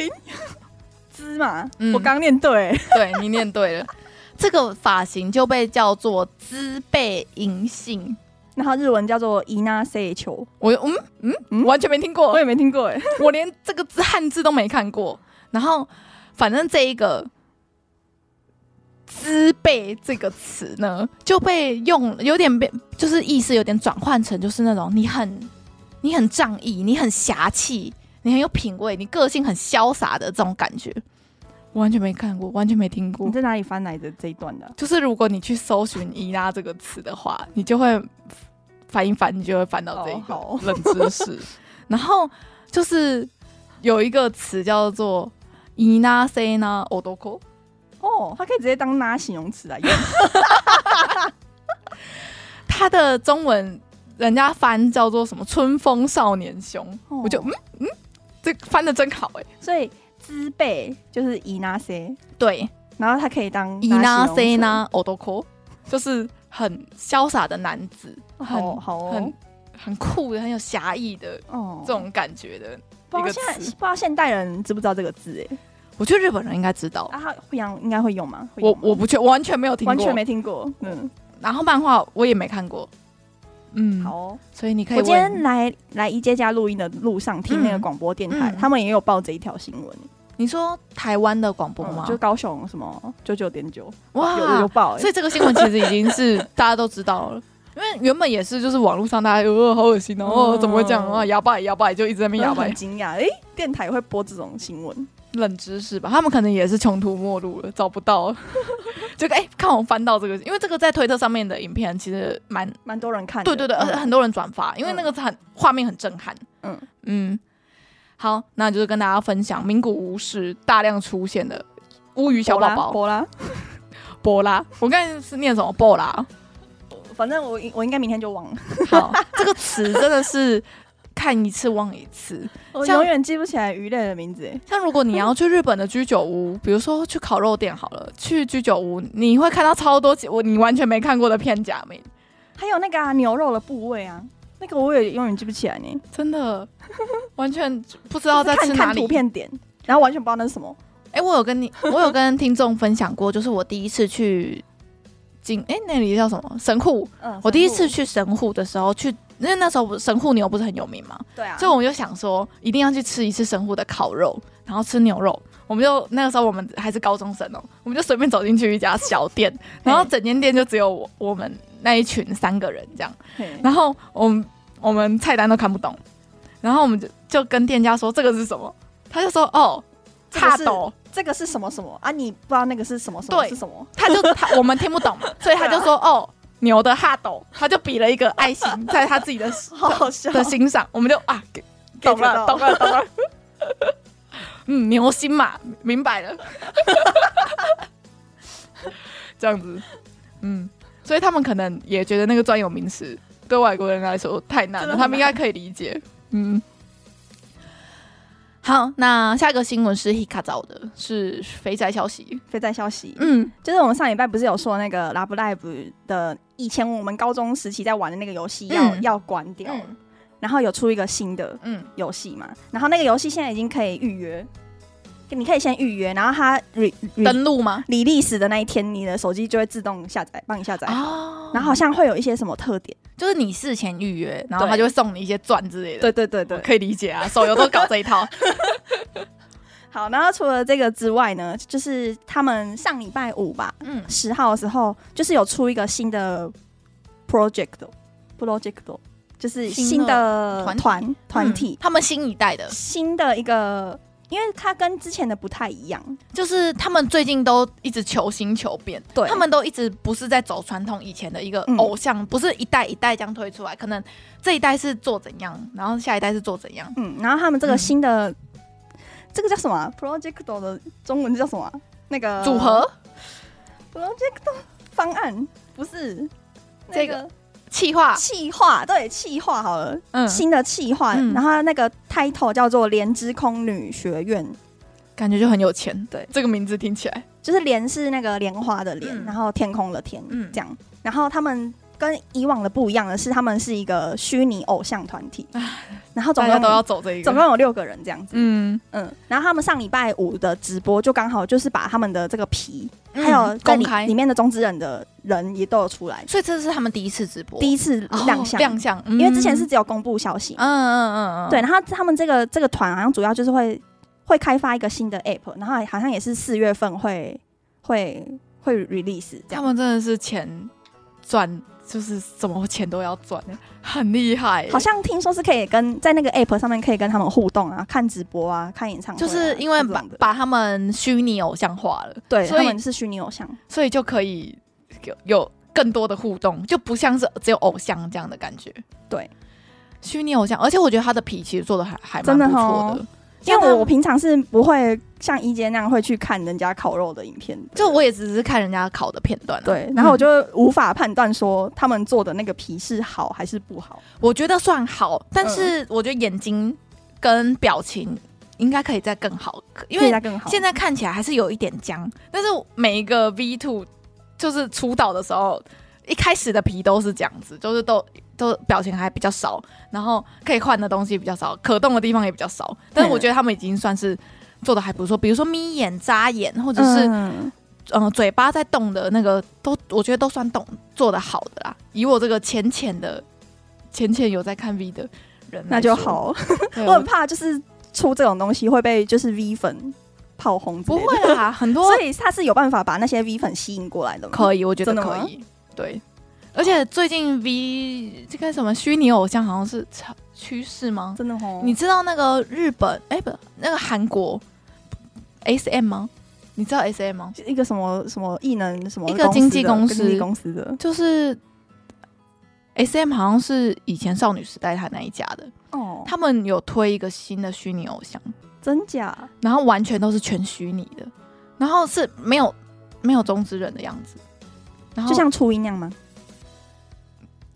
Speaker 3: 芝麻，
Speaker 1: 嗯
Speaker 3: 我刚念对，
Speaker 1: 对你念对了， 这个发型就被叫做姿背银杏。
Speaker 3: 然后日文叫做伊那塞球，
Speaker 1: 我嗯嗯
Speaker 3: 嗯
Speaker 1: 完全没听过
Speaker 3: 我，也没听过哎，
Speaker 1: 我连这个字汉字都没看过。然后，反正这一个“资备”这个词呢，就被用有点被，就是意思有点转换成就是那种你很你很仗义，你很侠气，你很有品味，你个性很潇洒的这种感觉。我完全没看过，完全没听过
Speaker 3: 你。在哪里翻来的这一段的啊？
Speaker 1: 就是如果你去搜寻“伊拉”这个词的话，你就会翻一翻，你就会翻到这一
Speaker 3: 哦好哦
Speaker 1: 个冷知识。 然后就是有一个词叫做“伊拉塞那欧多科
Speaker 3: 哦，它可以直接当拉形容词来用，”，
Speaker 1: 它的中文人家翻叫做什么“春风少年雄”，
Speaker 3: 哦
Speaker 1: 我就嗯嗯，这翻的真好哎、
Speaker 3: 所以滋贝就是伊那塞，
Speaker 1: 对，
Speaker 3: 然后它可以当
Speaker 1: 伊拉
Speaker 3: 形
Speaker 1: 塞
Speaker 3: 容词
Speaker 1: 那欧多科 就是很潇洒的男子，很、
Speaker 3: 好好哦
Speaker 1: 很很酷的，很有侠义的
Speaker 3: 哦
Speaker 1: 这种感觉的。
Speaker 3: 不
Speaker 1: 一
Speaker 3: 知道
Speaker 1: 个
Speaker 3: 现在不
Speaker 1: 词
Speaker 3: 知道现代人知不知道这个字哎、
Speaker 1: 我觉得日本人应该知道，
Speaker 3: 啊，他会用应该会用吗？会用
Speaker 1: 我
Speaker 3: 吗
Speaker 1: 我不确，我完全没有听过，
Speaker 3: 完全没。听过。嗯，
Speaker 1: 然后漫画我也没看过，嗯，
Speaker 3: 好，哦，
Speaker 1: 所以你可以
Speaker 3: 我
Speaker 1: 问。
Speaker 3: 今天来来一街家录音的路上听那个
Speaker 1: 嗯
Speaker 3: 广播电台，
Speaker 1: 嗯
Speaker 3: 他们也有报这一条新闻，
Speaker 1: 你说台湾的广播
Speaker 3: 嗯
Speaker 1: 吗？
Speaker 3: 就高雄什么九九点九有有
Speaker 1: 哇，
Speaker 3: 报、
Speaker 1: 所
Speaker 3: 欸，
Speaker 1: 以这个新闻其实已经是 大家都知道了。因为原本也是，就是网络上大家呃好恶心哦，哦
Speaker 3: 嗯
Speaker 1: 怎么会这样啊？摇摆摇摆，就一直在那边
Speaker 3: 我
Speaker 1: 摇
Speaker 3: 很
Speaker 1: 摆，
Speaker 3: 惊讶，诶，电台会播这种新闻，
Speaker 1: 冷知识吧？他们可能也是穷途末路了，找不到 了，就哎、看我翻到这个，因为这个在推特上面的影片其实蛮
Speaker 3: 蛮多人看的。嗯
Speaker 1: 对对对，而且很
Speaker 3: 多
Speaker 1: 多人转发，因为那个很画面很震撼。嗯
Speaker 3: 嗯
Speaker 1: 嗯，好，那就是跟大家分享名古屋市大量出现的乌鱼小宝宝
Speaker 3: 波拉，
Speaker 1: 波拉，我刚才是念什么波 拉？
Speaker 3: 反正我我应该明天就忘了，
Speaker 1: 好，这个词真的是看一次忘一次。
Speaker 3: 我
Speaker 1: 像
Speaker 3: 永远记不起来鱼类的名字、欸。
Speaker 1: 像如果你要去日本的居酒 屋，比如说去烤肉店好了，去居酒屋你会看到超多我你完全没看过的片假名，
Speaker 3: 还有那个、啊、牛肉的部位啊，那个我也永远记不起来呢、
Speaker 1: 真的完全不知道在
Speaker 3: 就是
Speaker 1: 吃
Speaker 3: 看
Speaker 1: 哪
Speaker 3: 看
Speaker 1: 里。
Speaker 3: 图片点，然后完全不知道那是什么。
Speaker 1: 哎、我有跟你，我有跟听众分享过，就是我第一次去景，哎、那里叫什么神户？
Speaker 3: 嗯
Speaker 1: 我第一次，去神户的时候，去，因为那时候不神户牛不是很有名嘛，
Speaker 3: 对啊，
Speaker 1: 所以我们就想说一定要去吃一次神户的烤肉，然后吃牛肉。我们就那个时候我们还是高中生哦、我们就随便走进去一家小店，然后整间店就只有我我们那一群三个人这样。
Speaker 3: 嘿
Speaker 1: 然后我们我们菜单都看不懂，然后我们就就跟店家说这个是什么，他就说哦，
Speaker 3: 这个
Speaker 1: 哈
Speaker 3: 是
Speaker 1: 斗。
Speaker 3: 这个是什么什么啊？你不知道那个是什么什么
Speaker 1: 对
Speaker 3: 是什么？
Speaker 1: 他就他我们听不懂嘛，所以他就说、哦牛的哈斗，他就比了一个爱心在他自己的
Speaker 3: 好好笑，
Speaker 1: 的心上，我们就啊给懂
Speaker 3: get
Speaker 1: 了
Speaker 3: 到
Speaker 1: 懂 了懂了，嗯牛心嘛明白了， 这样子，嗯，所以他们可能也觉得那个专有名词对外国人来说太难
Speaker 3: 真
Speaker 1: 了，
Speaker 3: 的很
Speaker 1: 他们应该
Speaker 3: 难
Speaker 1: 可以理解，嗯。好，那下一个新闻是 Hika 找的，是肥宅消息。
Speaker 3: 非在消息，
Speaker 1: 嗯，
Speaker 3: 就是我们上礼拜不是有说那个 Love Live 的，以前我们高中时期在玩的那个游戏要、
Speaker 1: 嗯
Speaker 3: 要关掉，
Speaker 1: 嗯
Speaker 3: 然后有出一个新的
Speaker 1: 嗯，
Speaker 3: 游戏嘛，然后那个游戏现在已经可以预约，你可以先预约，然后它 re, re-
Speaker 1: 登录吗？
Speaker 3: 理历史的那一天，你的手机就会自动下载，帮你下载。
Speaker 1: 哦
Speaker 3: 然后好像会有一些什么特点，
Speaker 1: 就是你事前预约，然后
Speaker 3: 对
Speaker 1: 他就会送你一些钻之类的。
Speaker 3: 对对对
Speaker 1: 我可以理解啊，手游都搞这一套。
Speaker 3: 好，然后除了这个之外呢，就是他们上礼拜五吧，
Speaker 1: 嗯，
Speaker 3: 十号的时候，就是有出一个新的 project project，就是新
Speaker 1: 新
Speaker 3: 的
Speaker 1: 的团
Speaker 3: 团团体
Speaker 1: 嗯，他们新一代的，
Speaker 3: 新的一个，因为它跟之前的不太一样，
Speaker 1: 就是他们最近都一直求新求变，
Speaker 3: 对
Speaker 1: 他们都一直不是在走传统以前的一个
Speaker 3: 嗯
Speaker 1: 偶像，不是一代一代这样推出来，可能这一代是做怎样，然后下一代是做怎样，
Speaker 3: 嗯，然后他们这个
Speaker 1: 嗯
Speaker 3: 新的、这个叫什么、啊、project 的中文叫什么啊、那个
Speaker 1: 组合
Speaker 3: project 方案不是
Speaker 1: 这
Speaker 3: 那
Speaker 1: 个
Speaker 3: 个
Speaker 1: 气化，
Speaker 3: 企划，对企划好了。
Speaker 1: 嗯，
Speaker 3: 新的企划，
Speaker 1: 嗯
Speaker 3: 然后那个 title 叫做“莲之空女学院
Speaker 1: 感觉就很有钱。
Speaker 3: 对，
Speaker 1: 这个名字听起来，”，
Speaker 3: 就是莲是那个莲花的莲，
Speaker 1: 嗯
Speaker 3: 然后天空的天，
Speaker 1: 嗯
Speaker 3: 这样。然后他们跟以往的不一样的是，他们是一个虚拟偶像团体，然后总
Speaker 1: 大家
Speaker 3: 共
Speaker 1: 都要走这一个，
Speaker 3: 总共有六个人这样子，
Speaker 1: 嗯，
Speaker 3: 嗯。然后他们上礼拜五的直播就刚好就是把他们的这个皮，
Speaker 1: 嗯
Speaker 3: 还有在
Speaker 1: 公
Speaker 3: 里
Speaker 1: 开
Speaker 3: 里，面的中之人的人也都有出来，
Speaker 1: 所以这是他们第一次直播，
Speaker 3: 第
Speaker 1: 一
Speaker 3: 一次亮
Speaker 1: 哦
Speaker 3: 相，
Speaker 1: 亮相，因
Speaker 3: 因为之前是只有公布消息嘛
Speaker 1: 嗯嗯嗯嗯，
Speaker 3: 对，然后他们这个这个团好像主要就是会会开发一个新的 app，然后好像也是四月份会会会 release
Speaker 1: 他
Speaker 3: 这样，
Speaker 1: 们真的是钱赚，就是怎么钱都要赚，很厉害欸、
Speaker 3: 好像听说是可以跟在那个 app 上面可以跟他们互动啊，看直播啊，看演唱会
Speaker 1: 就
Speaker 3: 啊、
Speaker 1: 是因为
Speaker 3: 这种
Speaker 1: 把
Speaker 3: 的
Speaker 1: 把他们虚拟偶像化了，
Speaker 3: 对
Speaker 1: 所
Speaker 3: 他
Speaker 1: 以
Speaker 3: 们是虚拟偶像，
Speaker 1: 所以就可以有有更多的互动，就不像是只有偶像这样的感觉。
Speaker 3: 对，
Speaker 1: 虚拟偶像，而且我觉得他的皮其实做的还还蛮
Speaker 3: 真的
Speaker 1: 不错
Speaker 3: 哦
Speaker 1: 的。
Speaker 3: 因
Speaker 1: 像他
Speaker 3: 为我平常是不会像一姐那样会去看人家烤肉的影片的，
Speaker 1: 就我也只是看人家烤的片段啊、
Speaker 3: 对，然后我
Speaker 1: 嗯
Speaker 3: 就无法判断说他们做的那个皮是好还是不好，
Speaker 1: 我觉得算好，但
Speaker 3: 嗯
Speaker 1: 是我觉得眼睛跟表情应该可以再更好，可因
Speaker 3: 可以
Speaker 1: 为
Speaker 3: 再更好。
Speaker 1: 现在看起来还是有一点僵，但是每一个 V two 就是出道的时候，一开始的皮都是这样子，就是都都表情还比较少，然后可以换的东西比较少，可动的地方也比较少。但是我觉得他们已经算是做的还不错，比如说眯眼、眨眼，或者是
Speaker 3: 嗯
Speaker 1: 嗯、呃嘴巴在动的那个，都我觉得都算动做的好的啦。以我这个浅浅的浅浅有在看 V 的人来说，
Speaker 3: 那就好。
Speaker 1: 对。
Speaker 3: 我
Speaker 1: 哎
Speaker 3: 很
Speaker 1: 我
Speaker 3: 怕就是出这种东西会被就是 V 粉炮轰，
Speaker 1: 不会，啦，很多
Speaker 3: 啊所以他是有办法把那些 V 粉吸引过来的吗？
Speaker 1: 可以，我觉得
Speaker 3: 真的
Speaker 1: 可
Speaker 3: 吗
Speaker 1: 以。对，而且最近 V 这个什么虚拟偶像好像是潮趋势吗？
Speaker 3: 真的哦，
Speaker 1: 你知道那个日本哎、不那个韩国 S M 吗？你知道 S M 吗？
Speaker 3: 一个什么什么艺能什么
Speaker 1: 一个经纪公
Speaker 3: 公
Speaker 1: 司
Speaker 3: 经纪公司的
Speaker 1: 就是 S M 好像是以前少女时代他那一家的，
Speaker 3: 哦，
Speaker 1: 他们有推一个新的虚拟偶像，
Speaker 3: 真假？
Speaker 1: 然后完全都是全虚拟的，然后是没有没有中之人的样子，然后
Speaker 3: 就像初音那样吗？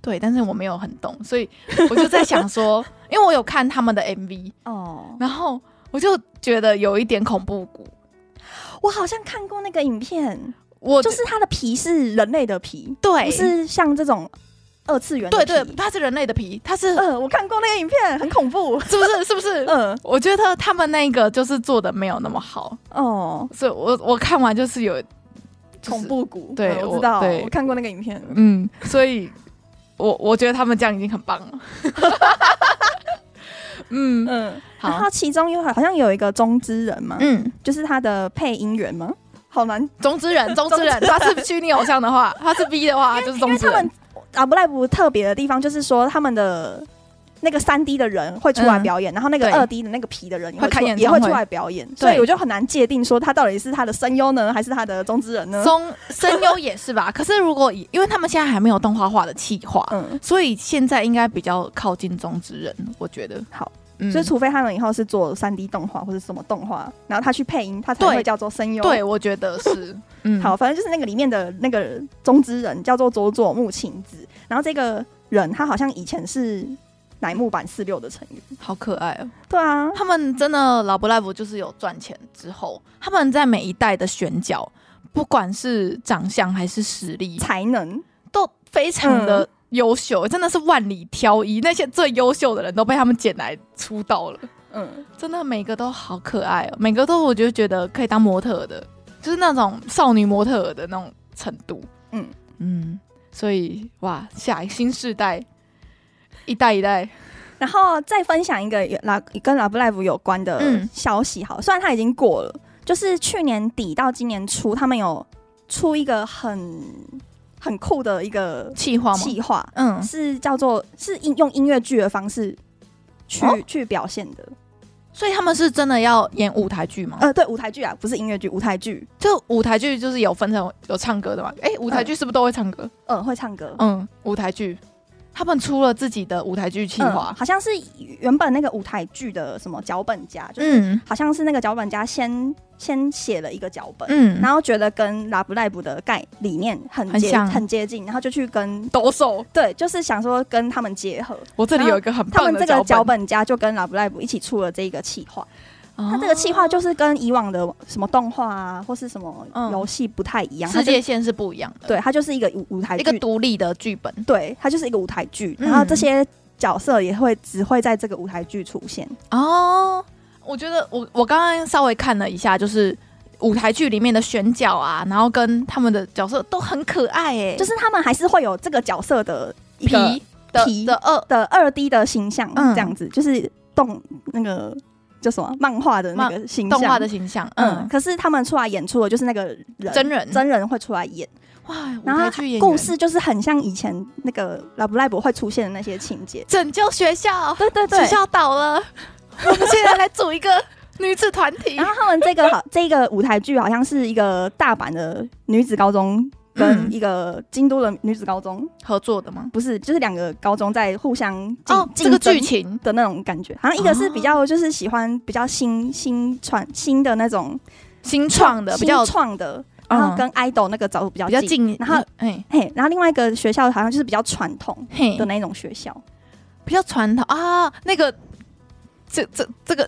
Speaker 1: 对，但是我没有很懂，所以我就在想说， 因为我有看他们的 MV，
Speaker 3: 哦，
Speaker 1: 然后我就觉得有一点恐怖谷。
Speaker 3: 我好像看过那个影片，
Speaker 1: 我
Speaker 3: 就是它的皮是人类的皮，
Speaker 1: 对
Speaker 3: 不，是像这种二次元的
Speaker 1: 对
Speaker 3: 皮
Speaker 1: 对，它是人类的皮，它是
Speaker 3: 嗯，我看过那个影片，很恐 怖。
Speaker 1: 是不是是不是？
Speaker 3: 嗯，
Speaker 1: 我觉得他们那个就是做的没有那么好，
Speaker 3: 哦，
Speaker 1: 所以我我看完就是有
Speaker 3: 恐，
Speaker 1: 就是
Speaker 3: 怖谷，
Speaker 1: 对
Speaker 3: 嗯我
Speaker 1: 我
Speaker 3: 知道，
Speaker 1: 对
Speaker 3: 我看过那个影片，
Speaker 1: 嗯，所以我我觉得他们这样已经很棒 了。嗯，
Speaker 3: 嗯，然
Speaker 1: 好
Speaker 3: 后，其中有好像有一个中之人嘛，
Speaker 1: 嗯，
Speaker 3: 就是他的配音员吗？好难，
Speaker 1: 中之 人，中之人，他是虚拟偶像的 话，他是 V 的话，他就是
Speaker 3: 因
Speaker 1: 中
Speaker 3: 为
Speaker 1: 之
Speaker 3: 他
Speaker 1: 人
Speaker 3: 们。啊不赖不特别的地方就是说他们的那个三 D 的人会出来表演，然后那个
Speaker 1: 嗯对
Speaker 3: 二 D 的那个皮的人也
Speaker 1: 会
Speaker 3: 会
Speaker 1: 开
Speaker 3: 出
Speaker 1: 演
Speaker 3: 也
Speaker 1: 唱会
Speaker 3: 会出来表演，所以我就很难界定说他到底是他的声优呢，还是他的中之人呢？
Speaker 1: 中声优也是吧？可是如果以因为他们现在还没有动画化的企划，
Speaker 3: 嗯，
Speaker 1: 所以现在应该比较靠近中之人，我觉得。
Speaker 3: 好，
Speaker 1: 嗯
Speaker 3: 所以除非他们以后是做三 D 动画或者什么动画，然后他去配音，他才
Speaker 1: 对
Speaker 3: 会叫做声优。啊
Speaker 1: 对，。我觉得 是，嗯，
Speaker 3: 好，，反正就是那个里面的那个中之人叫做佐佐木晴子，然后这个人他好像以前是乃木坂四六的成员。
Speaker 1: 好可爱哦！
Speaker 3: 对啊，
Speaker 1: 他们真的老不赖不就是有赚钱之后，他们在每一代的选角，不管是长相还是实力，
Speaker 3: 才能
Speaker 1: 都非常的优秀，真的是万里挑一。那些最优秀的人都被他们捡来出道了，
Speaker 3: 嗯，
Speaker 1: 真的每个都好可爱哦，每个都我就觉得可以当模特儿的，就是那种少女模特儿的那种程度。
Speaker 3: 嗯
Speaker 1: 嗯，所以哇，下一新世代，一代一代，
Speaker 3: 然后再分享一个有拉跟 Love Live 有关的
Speaker 1: 嗯
Speaker 3: 消息好了，虽然它已经过了，就是去年底到今年初，他们有出一个很很酷的一个
Speaker 1: 气化吗？
Speaker 3: 计划，
Speaker 1: 嗯，
Speaker 3: 是叫做是音用音乐剧的方式去、
Speaker 1: 哦
Speaker 3: 去表现的。
Speaker 1: 所以他们是真的要演舞台剧吗？
Speaker 3: 呃，对，舞台剧啊，不是音乐剧，舞台剧，
Speaker 1: 就舞台剧就是有分成有唱歌的嘛？哎、舞台剧是不是都会唱歌？
Speaker 3: 嗯、会唱歌。
Speaker 1: 嗯，舞台剧，他们出了自己的舞台剧企
Speaker 3: 嗯
Speaker 1: 划。
Speaker 3: 好像是原本那个舞台剧的什么脚本家，就是
Speaker 1: 嗯
Speaker 3: 好像是那个脚本家先先写了一个脚本，
Speaker 1: 嗯，
Speaker 3: 然后觉得跟 Love Live 的概理念很
Speaker 1: 很
Speaker 3: 接
Speaker 1: 像
Speaker 3: 很接近，然后就去跟
Speaker 1: 抖擞。
Speaker 3: 对，就是想说跟他们结合。
Speaker 1: 我这里有一个很
Speaker 3: 他
Speaker 1: 棒
Speaker 3: 们
Speaker 1: 的
Speaker 3: 这个脚
Speaker 1: 脚本，
Speaker 3: 本家就跟 Love Live 一起出了这一个企划，
Speaker 1: 哦
Speaker 3: 它这个企划就是跟以往的什么动画啊或是什么
Speaker 1: 嗯
Speaker 3: 游戏不太一样，它
Speaker 1: 世
Speaker 3: 就
Speaker 1: 界线是不一样的，
Speaker 3: 对，它就是一个舞舞台
Speaker 1: 一个
Speaker 3: 剧，
Speaker 1: 独立的剧本。
Speaker 3: 对，它就是一个舞台剧，
Speaker 1: 嗯
Speaker 3: 然后这些角色也会只会在这个舞台剧出现，
Speaker 1: 哦，我觉得我我刚刚稍微看了一下，就是舞台剧里面的选角啊，然后跟他们的角色都很可爱诶、
Speaker 3: 就是他们还是会有这个角色的一
Speaker 1: 皮
Speaker 3: 个
Speaker 1: 的
Speaker 3: 皮
Speaker 1: 的二
Speaker 3: 的二 D 的形象，
Speaker 1: 嗯
Speaker 3: 这样子就是动那个叫什么漫画的那个形象，
Speaker 1: 动画的形象，
Speaker 3: 嗯。
Speaker 1: 嗯，
Speaker 3: 可是他们出来演出的就是那个人
Speaker 1: 真人
Speaker 3: 真人会出来演，
Speaker 1: 哇，舞
Speaker 3: 然
Speaker 1: 台
Speaker 3: 后
Speaker 1: 剧演员
Speaker 3: 故事就是很像以前那个 Love Live 会出现的那些情节。
Speaker 1: 拯救学校，
Speaker 3: 对对
Speaker 1: 学校倒 了，我们现在来组一个女子团体
Speaker 3: 然。后他们这 个好，这个舞台剧好像是一个大阪的女子高中跟
Speaker 1: 嗯
Speaker 3: 一个京都的女子高中，
Speaker 1: 合作的吗？
Speaker 3: 不是，就是两个高中在互相竞、
Speaker 1: 哦，这
Speaker 3: 竞
Speaker 1: 个
Speaker 3: 争
Speaker 1: 剧情
Speaker 3: 的那种感觉，好像一个是比较就是喜欢比较新新传新的那种
Speaker 1: 新创的比较嗯
Speaker 3: 新创的，然后跟 idol 那个走比较
Speaker 1: 比较
Speaker 3: 近，
Speaker 1: 近，
Speaker 3: 然后
Speaker 1: 哎
Speaker 3: 嘿，然后另外一个学校好像就是比较传统
Speaker 1: 嘿
Speaker 3: 的，那种学校，
Speaker 1: 比较传统啊，那个这这这个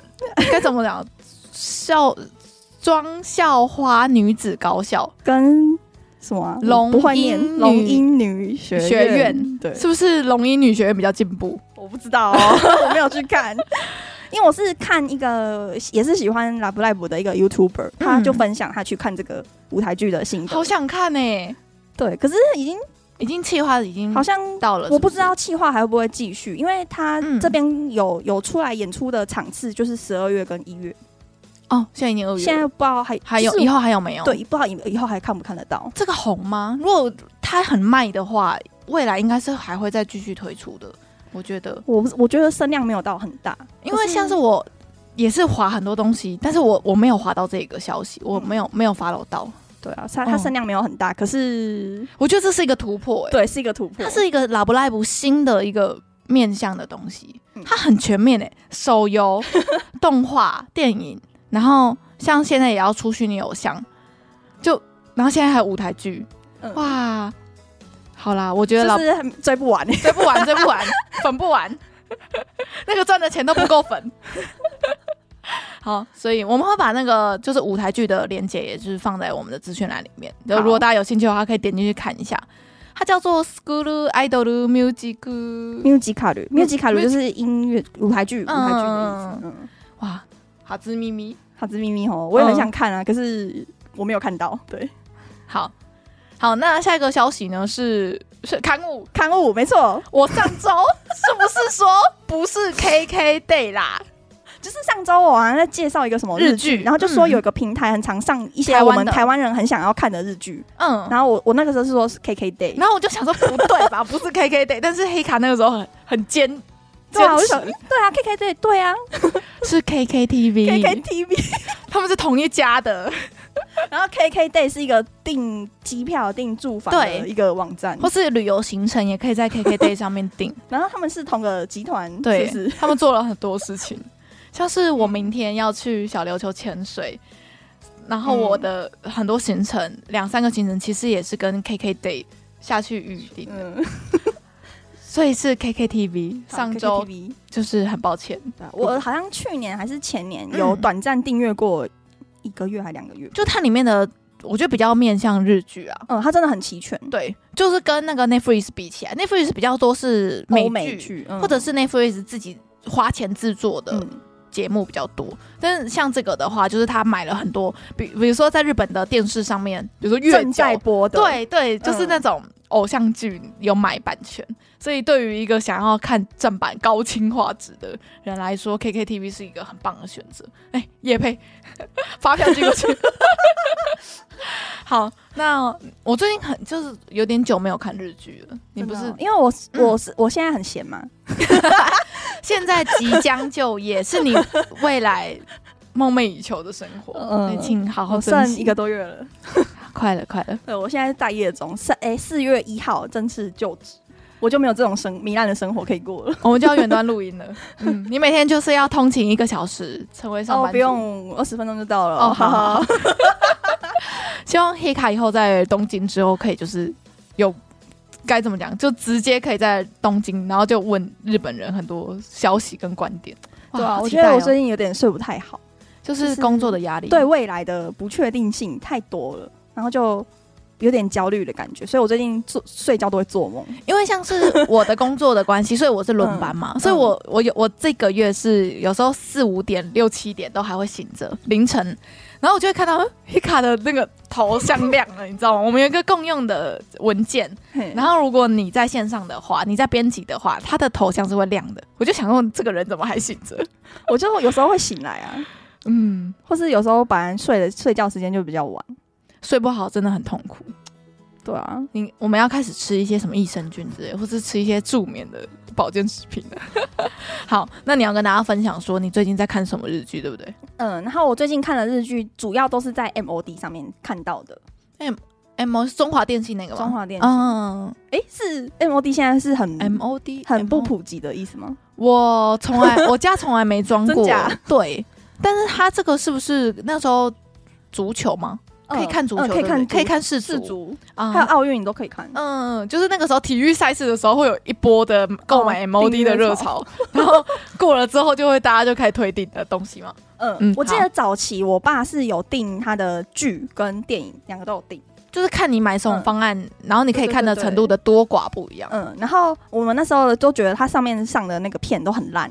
Speaker 1: 该怎么 讲？校庄校花女子高校
Speaker 3: 跟什么啊
Speaker 1: 龙
Speaker 3: 不会念
Speaker 1: 英女
Speaker 3: 龙英女学
Speaker 1: 学院
Speaker 3: 对，
Speaker 1: 是不是龙英女学院比较进步？
Speaker 3: 我不知道哦， 我没有去看。因为我是看一个也是喜欢拉布赖布的一个 YouTuber，他
Speaker 1: 嗯
Speaker 3: 就分享他去看这个舞台剧的心得
Speaker 1: 好。想看呢、
Speaker 3: 对，可是已经
Speaker 1: 已经计划已经
Speaker 3: 好像
Speaker 1: 到了
Speaker 3: 我不知
Speaker 1: 是
Speaker 3: 道企划还会不会继续，因为他
Speaker 1: 嗯
Speaker 3: 这边有、有出来演出的场次就是十二月跟一月，
Speaker 1: 不是哦，现在已经二月了，
Speaker 3: 现在不知道还
Speaker 1: 还有
Speaker 3: 就是
Speaker 1: 以后还有没有？
Speaker 3: 对，不知道以以后还看不看得到。
Speaker 1: 这个红吗？如果它很卖的话，未来应该是还会再继续推出的。我觉得，
Speaker 3: 我不是我觉得声量没有到很大，
Speaker 1: 因为像是我也是划很多东西，但是我我没有划到这个消息，我没有、
Speaker 3: 嗯
Speaker 1: 没有 follow 到。
Speaker 3: 对啊，它它
Speaker 1: 嗯
Speaker 3: 声量没有很大，可是
Speaker 1: 我觉得这是一个突破、欸，
Speaker 3: 对是一个突破，
Speaker 1: 它是一个拉布拉布新的一个面向的东西
Speaker 3: 嗯，
Speaker 1: 它很全面诶、欸手 游、动画、电影，然后像现在也要出虚拟偶像，就然后现在还有舞台剧，
Speaker 3: 嗯
Speaker 1: 哇，好啦，我觉得老
Speaker 3: 就是很追不完。
Speaker 1: 追不完，追不完，粉不完，那个赚的钱都不够粉。 好，所以我们会把那个就是舞台剧的链接，也就是放在我们的资讯栏里面。就
Speaker 3: 好
Speaker 1: 如果大家有兴趣的话，可以点进去看一下。它叫做 School Idol Music，
Speaker 3: musical musical 就是音乐舞台剧舞台剧的意思。嗯，
Speaker 1: 哇，好字咪咪。
Speaker 3: 哈兹咪咪吼，我也很
Speaker 1: 嗯
Speaker 3: 想看啊，可是我没有看到。对，
Speaker 1: 好好，那下一个消息呢是是刊物，
Speaker 3: 刊物没错，
Speaker 1: 我上周 是不是说不是 KK Day 啦？
Speaker 3: 就是上周我好像在介绍一个什哦么日
Speaker 1: 日
Speaker 3: 剧，
Speaker 1: 剧嗯
Speaker 3: 然后就说有一个平台很常上一些
Speaker 1: 台湾
Speaker 3: 我
Speaker 1: 的
Speaker 3: 们台湾人很想要看的日剧，
Speaker 1: 嗯，
Speaker 3: 然后我我那个时候是说是 KK Day，
Speaker 1: 然后我就想说不对吧，不是 KK Day，但是黑卡那个时候很很尖，
Speaker 3: 对啊，
Speaker 1: 坚
Speaker 3: 我
Speaker 1: 持
Speaker 3: 就想对啊 KK Day 对啊
Speaker 1: 是 KKTV，
Speaker 3: KK TV，
Speaker 1: 他们是同一家的，
Speaker 3: 然后 KK Day 是一个订机票订住房的
Speaker 1: 对
Speaker 3: 一个网站，
Speaker 1: 或是旅游行程也可以在 KK Day 上面订。
Speaker 3: 然后他们是同个集团，
Speaker 1: 对，
Speaker 3: 是不是
Speaker 1: 他们做了很多事情，像是我明天要去小琉球潜水，然后我的很多行程，两、三个行程其实也是跟 KK Day 下去预定。
Speaker 3: 嗯，
Speaker 1: 所以是 KKTV。
Speaker 3: 好
Speaker 1: 上周
Speaker 3: KKTV
Speaker 1: 就是很抱歉，
Speaker 3: 对啊我好像去年还是前年
Speaker 1: 嗯
Speaker 3: 有短暂订阅过一个月还两个月，
Speaker 1: 就它里面的我觉得比较面向日剧啊，
Speaker 3: 嗯，它真的很齐全，
Speaker 1: 对，就是跟那个 Netflix 比起来，Netflix 比较多是
Speaker 3: 欧
Speaker 1: 美
Speaker 3: 美
Speaker 1: 剧，
Speaker 3: 剧，嗯
Speaker 1: 或者是 Netflix 自己花钱制作的
Speaker 3: 嗯
Speaker 1: 节目比较多。但是像这个的话，就是他买了很多，比比如说在日本的电视上面，比如说月
Speaker 3: 正在
Speaker 1: 九，
Speaker 3: 播的，
Speaker 1: 对对，就是
Speaker 3: 嗯
Speaker 1: 那种偶像剧有买版权，所以对于一个想要看正版高清画质的人来说，KKTV 是一个很棒的选择。哎、叶佩 发票寄过去。 好，那我最近很就是有点久没有看日剧了。你
Speaker 3: 真
Speaker 1: 不
Speaker 3: 的
Speaker 1: 是
Speaker 3: 哦因为我是
Speaker 1: 嗯
Speaker 3: 我是我现在很闲嘛，
Speaker 1: 现在即将就业，是你未来梦寐以求的生活。
Speaker 3: 嗯
Speaker 1: 嗯，请好好
Speaker 3: 我
Speaker 1: 珍
Speaker 3: 剩
Speaker 1: 惜。
Speaker 3: 一个多月了。
Speaker 1: 快了，快了。
Speaker 3: 对，我现在是待业中，四哎四月一号正式就职，我就没有这种生糜烂的生活可以过了。
Speaker 1: 我们就要远端录 音了。嗯，你每天就是要通勤一个小时，成为上班
Speaker 3: 哦，
Speaker 1: 族。
Speaker 3: 不用，二十分钟就到了。
Speaker 1: 哦，好好。好 希望黑卡以后在东京之后可以就是有该怎么讲，就直接可以在东京，然后就问日本人很多消息跟观点。哇
Speaker 3: 对啊，
Speaker 1: 好
Speaker 3: 我
Speaker 1: 期
Speaker 3: 觉得
Speaker 1: 待
Speaker 3: 我
Speaker 1: 哦
Speaker 3: 最近有点睡不太好，
Speaker 1: 就是
Speaker 3: 就是
Speaker 1: 工作的压力。
Speaker 3: 对未来的不确定性太多了，然后就有点焦虑的感觉，所以我最近做睡觉都会做梦。
Speaker 1: 因为像是我的工作的关系，所以我是轮班嘛，
Speaker 3: 嗯
Speaker 1: 所以我我有我这个月是有时候四五点、六七点都还会醒着，凌晨，然后我就会看到 Hika 的那个头像亮了，你知道吗？我们有一个共用的文件，
Speaker 3: 然
Speaker 1: 然后如果你在线上的话，你在编辑的话，他的头像是会亮的。我就想问，这个人怎么还醒着？
Speaker 3: 我就有时候会醒来啊，
Speaker 1: 嗯，
Speaker 3: 或是有时候本来睡的睡觉时间就比较晚。
Speaker 1: 睡不好真的很痛苦。
Speaker 3: 对啊，
Speaker 1: 你我们要开始吃一些什么益生菌之类，或是吃一些助眠的保健食品了。 好，那你要跟大家分享说你最近在看什么日剧，对不对
Speaker 3: 嗯，然后我最近看的日剧主要都是在 MOD 上面看到的，
Speaker 1: ？M O 是中华电信那个吗？
Speaker 3: 中华电信。
Speaker 1: 嗯
Speaker 3: 哎、是 MOD 现在是很
Speaker 1: ，M O D
Speaker 3: 很不。普及的意思吗？
Speaker 1: 我从来我家从来没 装
Speaker 3: 真
Speaker 1: 过
Speaker 3: 假，
Speaker 1: 对。但是他这个是不是那时候足球吗？呃可以看足球，
Speaker 3: 嗯可
Speaker 1: 对
Speaker 3: 以
Speaker 1: 不对
Speaker 3: 看
Speaker 1: 可以看世
Speaker 3: 世足，
Speaker 1: 啊
Speaker 3: 还有奥运你都可以看。
Speaker 1: 嗯，就是那个时候体育赛事的时候，会有一波的购买
Speaker 3: 哦
Speaker 1: MOD 的热潮，然后过了之后，就会大家就开始推订的东西嘛。
Speaker 3: 嗯
Speaker 1: 嗯
Speaker 3: 我记得早期我爸是有订他的剧跟电影，两个都有订。
Speaker 1: 就是看你买什么方案，然后你可以看的程度的多寡不一样。
Speaker 3: 嗯，然后我们那时候都觉得它上面上的那个片都很烂，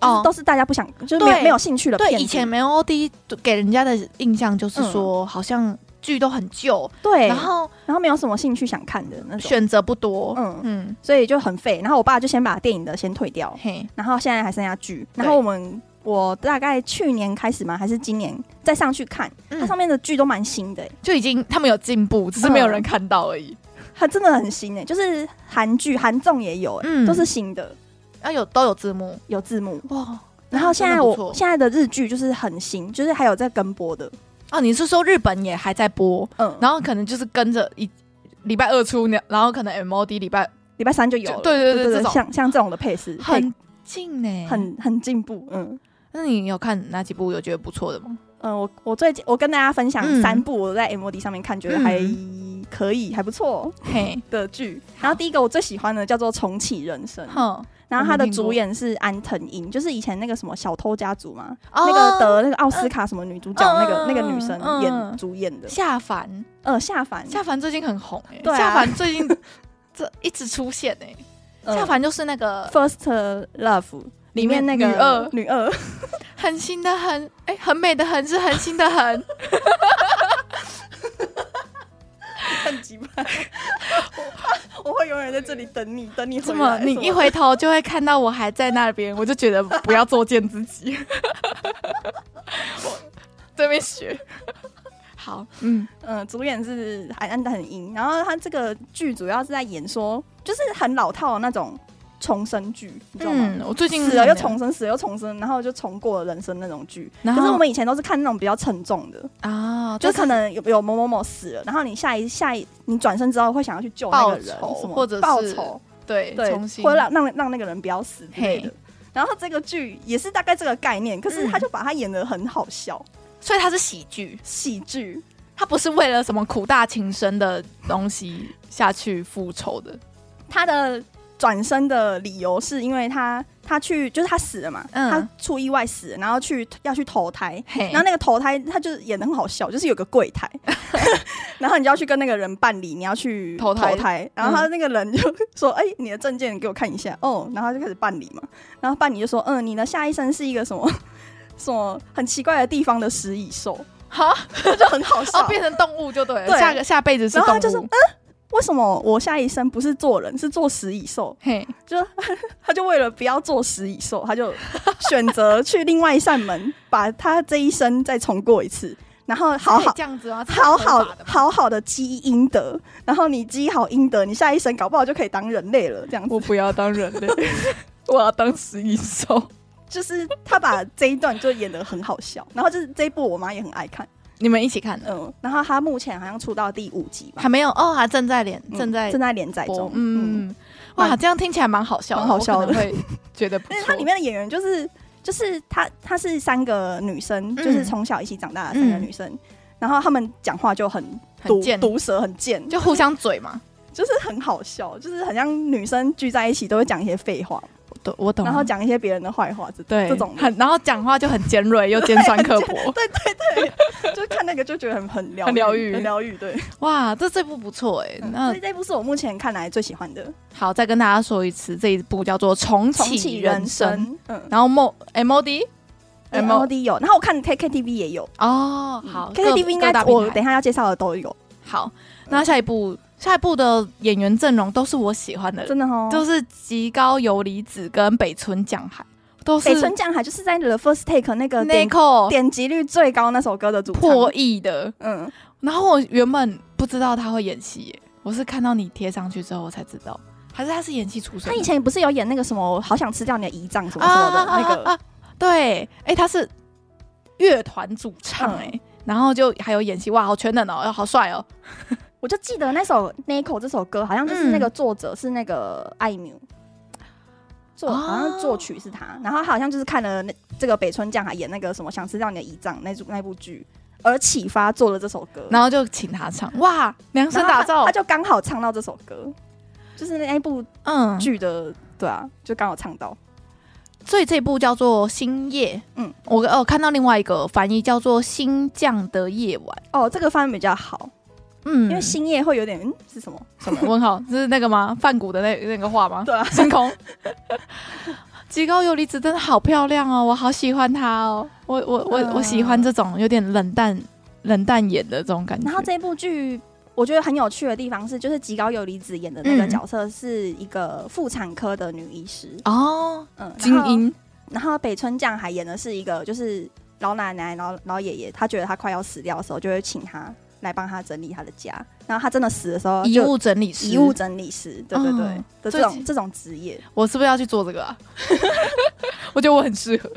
Speaker 3: 就是都是大家不想，就是没有
Speaker 1: 哦对
Speaker 3: 没有兴趣的片
Speaker 1: 对，
Speaker 3: 子。
Speaker 1: 以前 MOD 给人家的印象就是说，好像剧都很旧，
Speaker 3: 嗯
Speaker 1: 然
Speaker 3: 对，然后
Speaker 1: 后
Speaker 3: 然后没有什么兴趣想看的那种，
Speaker 1: 选择不多。
Speaker 3: 嗯
Speaker 1: 嗯，
Speaker 3: 所以就很废。然后我爸就先把电影的先退掉，
Speaker 1: 嘿，
Speaker 3: 然后现在还剩下剧。
Speaker 1: 对
Speaker 3: 然后我们我大概去年开始嘛，还是今年再上去看，它
Speaker 1: 嗯
Speaker 3: 上面的剧都蛮新的、欸，
Speaker 1: 就已经他们有进步，只是
Speaker 3: 嗯
Speaker 1: 没有人看到而已。
Speaker 3: 它真的很新诶、欸就是韩剧、韩综也有、欸，
Speaker 1: 嗯
Speaker 3: 都是新的，
Speaker 1: 啊，有都有字幕
Speaker 3: 有字幕。
Speaker 1: 哇。
Speaker 3: 然后现
Speaker 1: 真
Speaker 3: 在
Speaker 1: 的不
Speaker 3: 我
Speaker 1: 错
Speaker 3: 现在的日剧就是很新，就是还有在跟播的，
Speaker 1: 哦，你是说日本也还在播？
Speaker 3: 嗯，
Speaker 1: 然后可能就是跟着一礼拜二出，然后可能 MOD 礼拜
Speaker 3: 礼拜三就有了，
Speaker 1: 就对对对
Speaker 3: 对
Speaker 1: 这种
Speaker 3: 像像这种的配饰，配
Speaker 1: 很近呢、
Speaker 3: 很很进步，嗯
Speaker 1: 那你有看哪几部有觉得不错的吗？
Speaker 3: 嗯，我我最近我跟大家分享
Speaker 1: 嗯
Speaker 3: 三部我在 MOD 上面看，觉得还可以，还不错
Speaker 1: 嘿，
Speaker 3: 的剧。然后第一个我最喜欢的叫做《重启人生》，
Speaker 1: 哼，
Speaker 3: 然后他的
Speaker 1: 我没听过
Speaker 3: 主演是安藤樱，就是以前那个什么小偷家族嘛，
Speaker 1: 哦
Speaker 3: 那个得那个奥斯卡什么女主角、
Speaker 1: 嗯
Speaker 3: 那个那个
Speaker 1: 嗯
Speaker 3: 女生
Speaker 1: 嗯
Speaker 3: 演、
Speaker 1: 嗯
Speaker 3: 主演的，
Speaker 1: 夏凡，
Speaker 3: 呃，下凡，
Speaker 1: 夏凡最近很红哎、
Speaker 3: 对啊
Speaker 1: 夏凡最近 这一直出现哎、
Speaker 3: 呃
Speaker 1: 夏凡就是那个
Speaker 3: First Love 里面那个
Speaker 1: 女二，
Speaker 3: 女 二，
Speaker 1: 很新的很哎、很美的很是很新的 很，
Speaker 3: 很急吧？我我会永远在这里等你，等你回
Speaker 1: 这
Speaker 3: 来
Speaker 1: 么你一回头就会看到我还在那边，我就 觉得不要作践自己， 我这边学。好，嗯，
Speaker 3: 嗯、呃主演是韩安很英，然后他这个剧主要是在演说，就是很老套的那种重生剧，你知道吗？
Speaker 1: 嗯，我最近
Speaker 3: 死了又
Speaker 1: 很
Speaker 3: 重生，死了又重生，然后就重过了人生那种剧。
Speaker 1: 然
Speaker 3: 可是
Speaker 1: 后
Speaker 3: 我们以前都是看那种比较沉重的，
Speaker 1: 啊，
Speaker 3: 就
Speaker 1: 就是
Speaker 3: 可能有有某某某死了，然后你下一下一你转身之后会想要去救那个人，
Speaker 1: 报仇
Speaker 3: 什么
Speaker 1: 或者是
Speaker 3: 报仇，
Speaker 1: 对，
Speaker 3: 对
Speaker 1: 重，新
Speaker 3: 或者让让让那个人不要死之类的
Speaker 1: 嘿。
Speaker 3: 然后这个剧也是大概这个概念，可是
Speaker 1: 嗯
Speaker 3: 他就把它演的很好笑，
Speaker 1: 所以它是喜剧，
Speaker 3: 喜剧。
Speaker 1: 它不是为了什么苦大情深的东西下去复仇的。
Speaker 3: 他的转身的理由是因为他他去就是他死了嘛，
Speaker 1: 嗯
Speaker 3: 他出意外死了，然后去要去投胎，
Speaker 1: 嘿
Speaker 3: 然后那个投胎他就是演的很好笑，就是有个柜 台，然后你就要去跟那个人办理，你要去
Speaker 1: 投胎嗯
Speaker 3: 然后他那个人就说：“哎、你的证件给我看一下。”哦，然后他就开始办理嘛，然后办理就说：“嗯，你的下一生是一个什么什么很奇怪的地方的食蚁兽。
Speaker 1: 好”
Speaker 3: 就很好笑。
Speaker 1: 哦，变成动物就对了，
Speaker 3: 对
Speaker 1: 下个下辈子是
Speaker 3: 然后
Speaker 1: 动
Speaker 3: 他就说：“
Speaker 1: 物
Speaker 3: 嗯。，为什么我下一生不是做人，是做食蚁兽
Speaker 1: 嘿，？”
Speaker 3: 他就为了不要做食蚁兽，他就选择去另外一扇门，把他这一生再重过一次，然后好
Speaker 1: 可以
Speaker 3: 好
Speaker 1: 这样子吗？这是
Speaker 3: 好
Speaker 1: 合
Speaker 3: 好
Speaker 1: 法的吗
Speaker 3: 好好的积阴德，然后你积好阴德，你下一生搞不好就可以当人类了。这样子，
Speaker 1: 我不要当人类， 我要当食蚁兽。
Speaker 3: 就是他把这一段就演得很好笑，然后就是这一部我妈也很 爱看，
Speaker 1: 你们一起看的
Speaker 3: 嗯，然后他目前好像出到第五集吧
Speaker 1: 还，没有哦，还正在连
Speaker 3: 嗯
Speaker 1: 正在
Speaker 3: 正在连载
Speaker 1: 播
Speaker 3: 中，，嗯，
Speaker 1: 嗯，哇，
Speaker 3: 蛮
Speaker 1: 这样听起来蛮好笑的，
Speaker 3: 蛮好笑的
Speaker 1: 我可能会觉得不
Speaker 3: 因为
Speaker 1: 错。
Speaker 3: 它里面的演员就是就是她她是三个女
Speaker 1: 嗯
Speaker 3: 生，就是从小一起长大的三个女生，然后她们讲话就很
Speaker 1: 很
Speaker 3: 毒
Speaker 1: 贱，
Speaker 3: 毒舌，很贱，
Speaker 1: 就
Speaker 3: 就
Speaker 1: 互相嘴嘛。
Speaker 3: 就是很好笑，就是很像女生聚在一起都会讲一些废话，
Speaker 1: 懂，我懂啊
Speaker 3: 然后讲一些别人的坏话，这
Speaker 1: 对
Speaker 3: 这种的
Speaker 1: 很，然后讲话就很尖锐又尖酸刻薄。
Speaker 3: 对对对， 就是看那个就觉得很很疗
Speaker 1: 很疗愈
Speaker 3: 很疗愈。对，
Speaker 1: 哇，这这部不错哎。
Speaker 3: 嗯
Speaker 1: 那
Speaker 3: 所以这部是我目前看来最喜欢的《
Speaker 1: 好，再跟大家说一次，这一部叫做《重
Speaker 3: 重
Speaker 1: 启
Speaker 3: 启
Speaker 1: 人
Speaker 3: 人
Speaker 1: 生》，
Speaker 3: 生》。嗯哎
Speaker 1: 然后 Mo 哎 M O D
Speaker 3: ，M O D 有，然后我看 K K T V 也有
Speaker 1: 哦，好
Speaker 3: ，K K 嗯 T
Speaker 1: 各
Speaker 3: V 应该
Speaker 1: 各大平
Speaker 3: 我
Speaker 1: 台
Speaker 3: 等一下要介绍的都有，
Speaker 1: 好。那下一部下一部的演员阵容都是我喜欢的，
Speaker 3: 真的哦。
Speaker 1: 就是吉高由里子跟北村匠海，都是
Speaker 3: 北村匠海就是在《The First Take》那个
Speaker 1: 内
Speaker 3: 点
Speaker 1: 扣
Speaker 3: 点击率最高那首歌的主唱
Speaker 1: 破亿的。
Speaker 3: 嗯，
Speaker 1: 然后我原本不知道他会演戏耶，我是看到你贴上去之后我才知道，还是他是演戏出身的。
Speaker 3: 他以前不是有演那个什么《好想吃掉你的胰脏》什么什
Speaker 1: 啊
Speaker 3: 么的那
Speaker 1: 啊
Speaker 3: 个，
Speaker 1: 啊对，哎、他是乐团主唱
Speaker 3: 嗯
Speaker 1: 哎、然后就还有演戏，哇，好全能哦，哎好帅哦，
Speaker 3: 我就记得那首《Nico》这首歌，好像就是那
Speaker 1: 嗯
Speaker 3: 个作者是那个艾缪。作
Speaker 1: 哦
Speaker 3: 好像作曲是他，然后他好像就是看了那这个北村匠海演那个什么想吃掉你的胰脏那组那部剧，而启发做了这首歌，
Speaker 1: 然后就请他唱，哇，量身
Speaker 3: 然后
Speaker 1: 打
Speaker 3: 他
Speaker 1: 造
Speaker 3: 他，就刚好唱到这首歌，就是那一部
Speaker 1: 嗯，
Speaker 3: 剧的、对啊，就刚好唱到。
Speaker 1: 所以这部叫做《星夜》，嗯
Speaker 3: 嗯，
Speaker 1: 我哦看到另外一个翻译叫做《星降的夜晚》，
Speaker 3: 哦，这个翻译比较好，
Speaker 1: 嗯，
Speaker 3: 因为星夜会有点嗯是什么？
Speaker 1: 什么问号？这是那个吗？梵谷的那那个画吗？
Speaker 3: 对啊，
Speaker 1: 星空。极高游离子真的好漂亮哦，我好喜欢她哦，我我我、
Speaker 3: 嗯
Speaker 1: 我喜欢这种有点冷淡冷淡眼的这种感觉。
Speaker 3: 然后这部剧我觉得很有趣的地方是，就是吉高由里子演的那个
Speaker 1: 嗯
Speaker 3: 角色是一个妇产科的女医师，
Speaker 1: 哦，
Speaker 3: 嗯，然
Speaker 1: 精
Speaker 3: 后。
Speaker 1: 英
Speaker 3: 然后北村匠海演的是一个就是老奶奶、老老爷爷，他觉得他快要死掉的时候，就会请他来帮他整理他的家。然后他真的死的时候，
Speaker 1: 遗物整理师，
Speaker 3: 遗物整理师，对对对、
Speaker 1: 嗯
Speaker 3: 的
Speaker 1: 所以
Speaker 3: 这
Speaker 1: 其
Speaker 3: 种这种职业。
Speaker 1: 我是不是要去做这个啊？ 我觉得我很适合。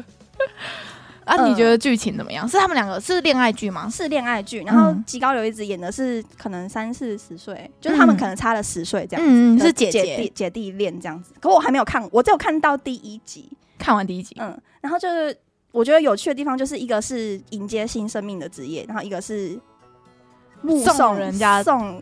Speaker 1: 啊，
Speaker 3: 嗯
Speaker 1: 你觉得剧情怎么样？是他们两个是恋爱剧吗？
Speaker 3: 是恋爱剧，然后
Speaker 1: 嗯
Speaker 3: 吉高由里子演的是可能三四十岁，就是他们
Speaker 1: 嗯
Speaker 3: 可能差了十岁这样子。
Speaker 1: 嗯嗯，是姐
Speaker 3: 姐弟姐弟恋这样子，可我还没有看，我只有看到第一集，
Speaker 1: 看完第一集，
Speaker 3: 嗯，然后就是我觉得有趣的地方，就是一个是迎接新生命的职业，然后一个是目
Speaker 1: 送
Speaker 3: 送
Speaker 1: 人家
Speaker 3: 送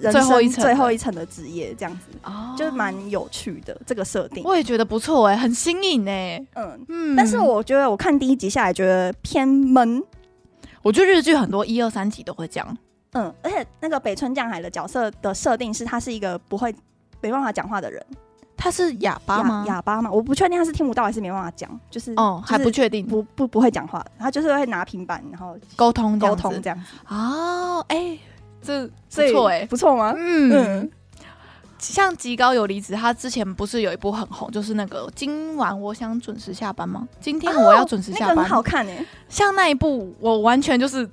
Speaker 3: 人
Speaker 1: 最
Speaker 3: 生
Speaker 1: 后一层的
Speaker 3: 最后一层的职业，这样子、
Speaker 1: 哦
Speaker 3: 就是蛮有趣的这个设定。
Speaker 1: 我也觉得不错哎、很新颖哎、
Speaker 3: 嗯，
Speaker 1: 嗯，
Speaker 3: 但是我觉得我看第一集下来觉得偏闷，
Speaker 1: 我觉得日剧很多一二三集都会这样，
Speaker 3: 嗯，而且那个北村匠海的角色的设定是他是一个不会没办法讲话的人，
Speaker 1: 他是哑巴
Speaker 3: 哑
Speaker 1: 吗？
Speaker 3: 哑巴嘛，我不确定他是听不到还是没办法讲，就是
Speaker 1: 哦，还不
Speaker 3: 就是
Speaker 1: 确定
Speaker 3: 不不不会讲话，他就是会拿平板然后
Speaker 1: 沟通这
Speaker 3: 沟
Speaker 1: 样子
Speaker 3: 通这样子，
Speaker 1: 哦，哎，这不
Speaker 3: 所以
Speaker 1: 错哎，
Speaker 3: 不错吗？
Speaker 1: 嗯
Speaker 3: 嗯。
Speaker 1: 像极高游离子，他之前不是有一部很红，就是那个今晚我想准时下班吗？今天我要准时
Speaker 3: 哦那
Speaker 1: 下
Speaker 3: 个
Speaker 1: 班。嗯
Speaker 3: 很好看诶、欸
Speaker 1: 像那一部，我完全就是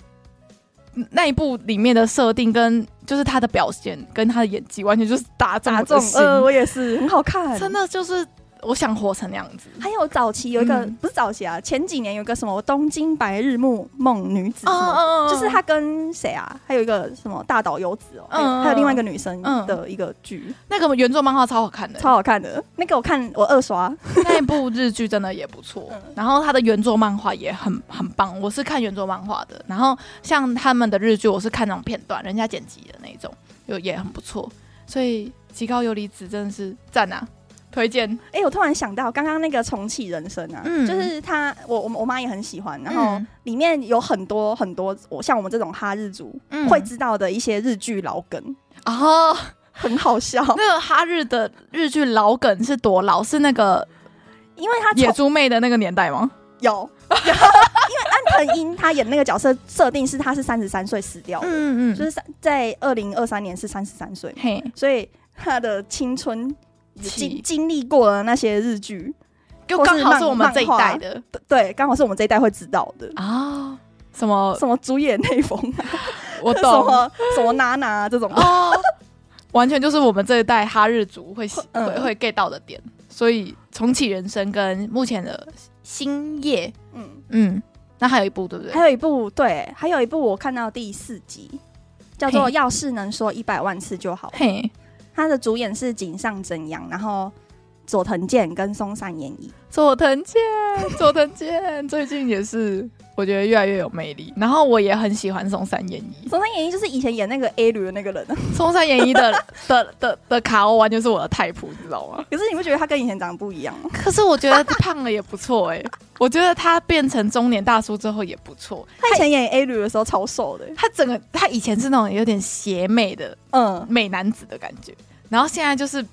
Speaker 1: 嗯那一部里面的设定跟就是他的表现跟他的演技，完全就是打中
Speaker 3: 打
Speaker 1: 我的
Speaker 3: 中，
Speaker 1: 心
Speaker 3: 呃，我也是，很好看。
Speaker 1: 真，的就是我想活成那样子。
Speaker 3: 还有早期有一个、
Speaker 1: 嗯
Speaker 3: 不是早期啊，前几年有一个什么东京白日梦梦女子什么的
Speaker 1: 哦
Speaker 3: 就是他跟谁啊？还有一个什么大岛优子哦，还有
Speaker 1: 嗯嗯
Speaker 3: 还有另外一个女生
Speaker 1: 嗯
Speaker 3: 的一个剧，
Speaker 1: 那个原作漫画超好看的，
Speaker 3: 超好看
Speaker 1: 嗯
Speaker 3: 的。那个我看我二刷，
Speaker 1: 那一部日剧真的也不错
Speaker 3: 嗯，
Speaker 1: 然后它的原作漫画也很很棒，我是看原作漫画的。然后像他们的日剧，我是看那种片段，人家剪辑的那种，有也很不错。所以极高游离子真的是赞啊，推荐。
Speaker 3: 哎、我突然想到刚刚那个重启人生啊，
Speaker 1: 嗯
Speaker 3: 就是他，我我我妈也很喜欢，然后
Speaker 1: 嗯
Speaker 3: 里面有很多很多，我像我们这种哈日族、
Speaker 1: 嗯
Speaker 3: 会知道的一些日剧老梗，
Speaker 1: 哦，
Speaker 3: 很 好笑，
Speaker 1: 那个哈日的日剧老梗是多老？是那个
Speaker 3: 因为他
Speaker 1: 野
Speaker 3: 从
Speaker 1: 猪妹的那个年代吗？
Speaker 3: 有，因为安藤樱她演那个角色设定是她是三十三岁死掉的，
Speaker 1: 嗯
Speaker 3: 就是三在二零二三年是三十三岁，
Speaker 1: 嘿，
Speaker 3: 所以她的青春经
Speaker 1: 起
Speaker 3: 经历过的那些日剧，
Speaker 1: 就
Speaker 3: 或是
Speaker 1: 刚好
Speaker 3: 漫
Speaker 1: 是我们这一
Speaker 3: 漫画
Speaker 1: 代的
Speaker 3: 对对，刚好是我们这一代会知道的。
Speaker 1: 啊。什么？
Speaker 3: 什么主演内逢啊，
Speaker 1: 我
Speaker 3: 什
Speaker 1: 懂
Speaker 3: 么什么娜娜啊这种，
Speaker 1: 哦， 完全就是我们这一代哈日族会喜
Speaker 3: 嗯
Speaker 1: 会会 get 到的点。所以重启人生跟目前的星夜，
Speaker 3: 嗯，
Speaker 1: 嗯，那还有一部对不对？
Speaker 3: 还有一部对，还有一部我看到第四集，叫做《
Speaker 1: 嘿
Speaker 3: 要是能说一百万次就好》，
Speaker 1: 嘿，
Speaker 3: 它的主演是井上真央，然后佐藤健跟松山研一。
Speaker 1: 佐藤 健，佐藤健最近也是我觉得越来越有魅力。然后我也很喜欢松山研一，
Speaker 3: 松山研一就是以前演那个 A 女的那个人，啊
Speaker 1: 松山研一的 的的的卡欧完全是我的 type，你知道吗？
Speaker 3: 可是你不觉得他跟以前长得不一样吗？
Speaker 1: 可是我 觉得胖了也不错哎、我觉得他变成中年大叔之后也不错。
Speaker 3: 他以前演 A 女的时候超瘦的、
Speaker 1: 他整个他以前是那种有点邪魅的
Speaker 3: 嗯，
Speaker 1: 美男子的感觉，然后现在就是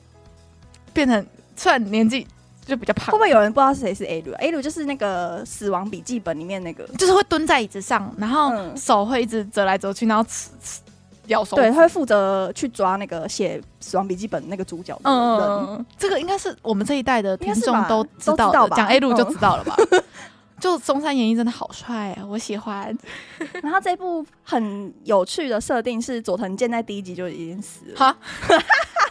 Speaker 1: 变成虽然年纪就比较
Speaker 3: 会
Speaker 1: 胖
Speaker 3: 不，会有人不知道谁是 A 女？A 女就是那个《死亡笔记本》里面那个，
Speaker 1: 就是会蹲在椅子上，然后
Speaker 3: 嗯
Speaker 1: 手会一直折来折去，然后吃吃咬手指。
Speaker 3: 对，他会负责去抓那个写《死亡笔记本》那个主角的人。
Speaker 1: 嗯，这个应该是我们这一代的听
Speaker 3: 应该
Speaker 1: 众
Speaker 3: 是吧
Speaker 1: 都知道
Speaker 3: 都知道
Speaker 1: 的，
Speaker 3: 吧
Speaker 1: 讲 A 路就
Speaker 3: 嗯
Speaker 1: 知道了 吧？就中山研一真的好帅啊，我喜欢。
Speaker 3: 然后这部很有趣的设定是佐藤健在第一集就已经死了，
Speaker 1: 哈，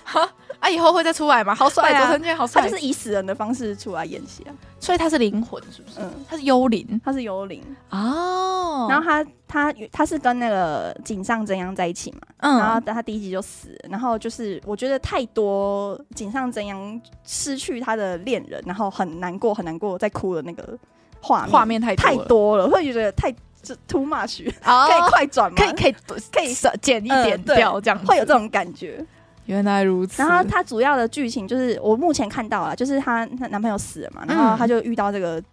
Speaker 1: 哈啊，以后会再出来吗？好帅，
Speaker 3: 对啊
Speaker 1: 佐藤健好
Speaker 3: 他
Speaker 1: 帅，
Speaker 3: 就是以死人的方式出来演戏啊。
Speaker 1: 所以他是灵魂，是不是？
Speaker 3: 嗯，
Speaker 1: 他是幽灵
Speaker 3: 他是幽灵，
Speaker 1: 哦。
Speaker 3: 然后他他他是跟那个井上真央在一起嘛，
Speaker 1: 嗯
Speaker 3: 然后他第一集就死了，然后就是我觉得太多井上真央失去他的恋人，然后很难过很难过在哭的那个画面
Speaker 1: 画面太
Speaker 3: 太
Speaker 1: 多了
Speaker 3: 多了，会觉得太这 too much，、
Speaker 1: 哦
Speaker 3: 可以快转吗？
Speaker 1: 可以可以可以少减一点
Speaker 3: 嗯对
Speaker 1: 掉，这样子
Speaker 3: 会有这。种感觉。
Speaker 1: 原来如此。
Speaker 3: 然后她主要的剧情就是我目前看到啊，就是她她男朋友死了嘛，然
Speaker 1: 嗯
Speaker 3: 后她就遇到这个。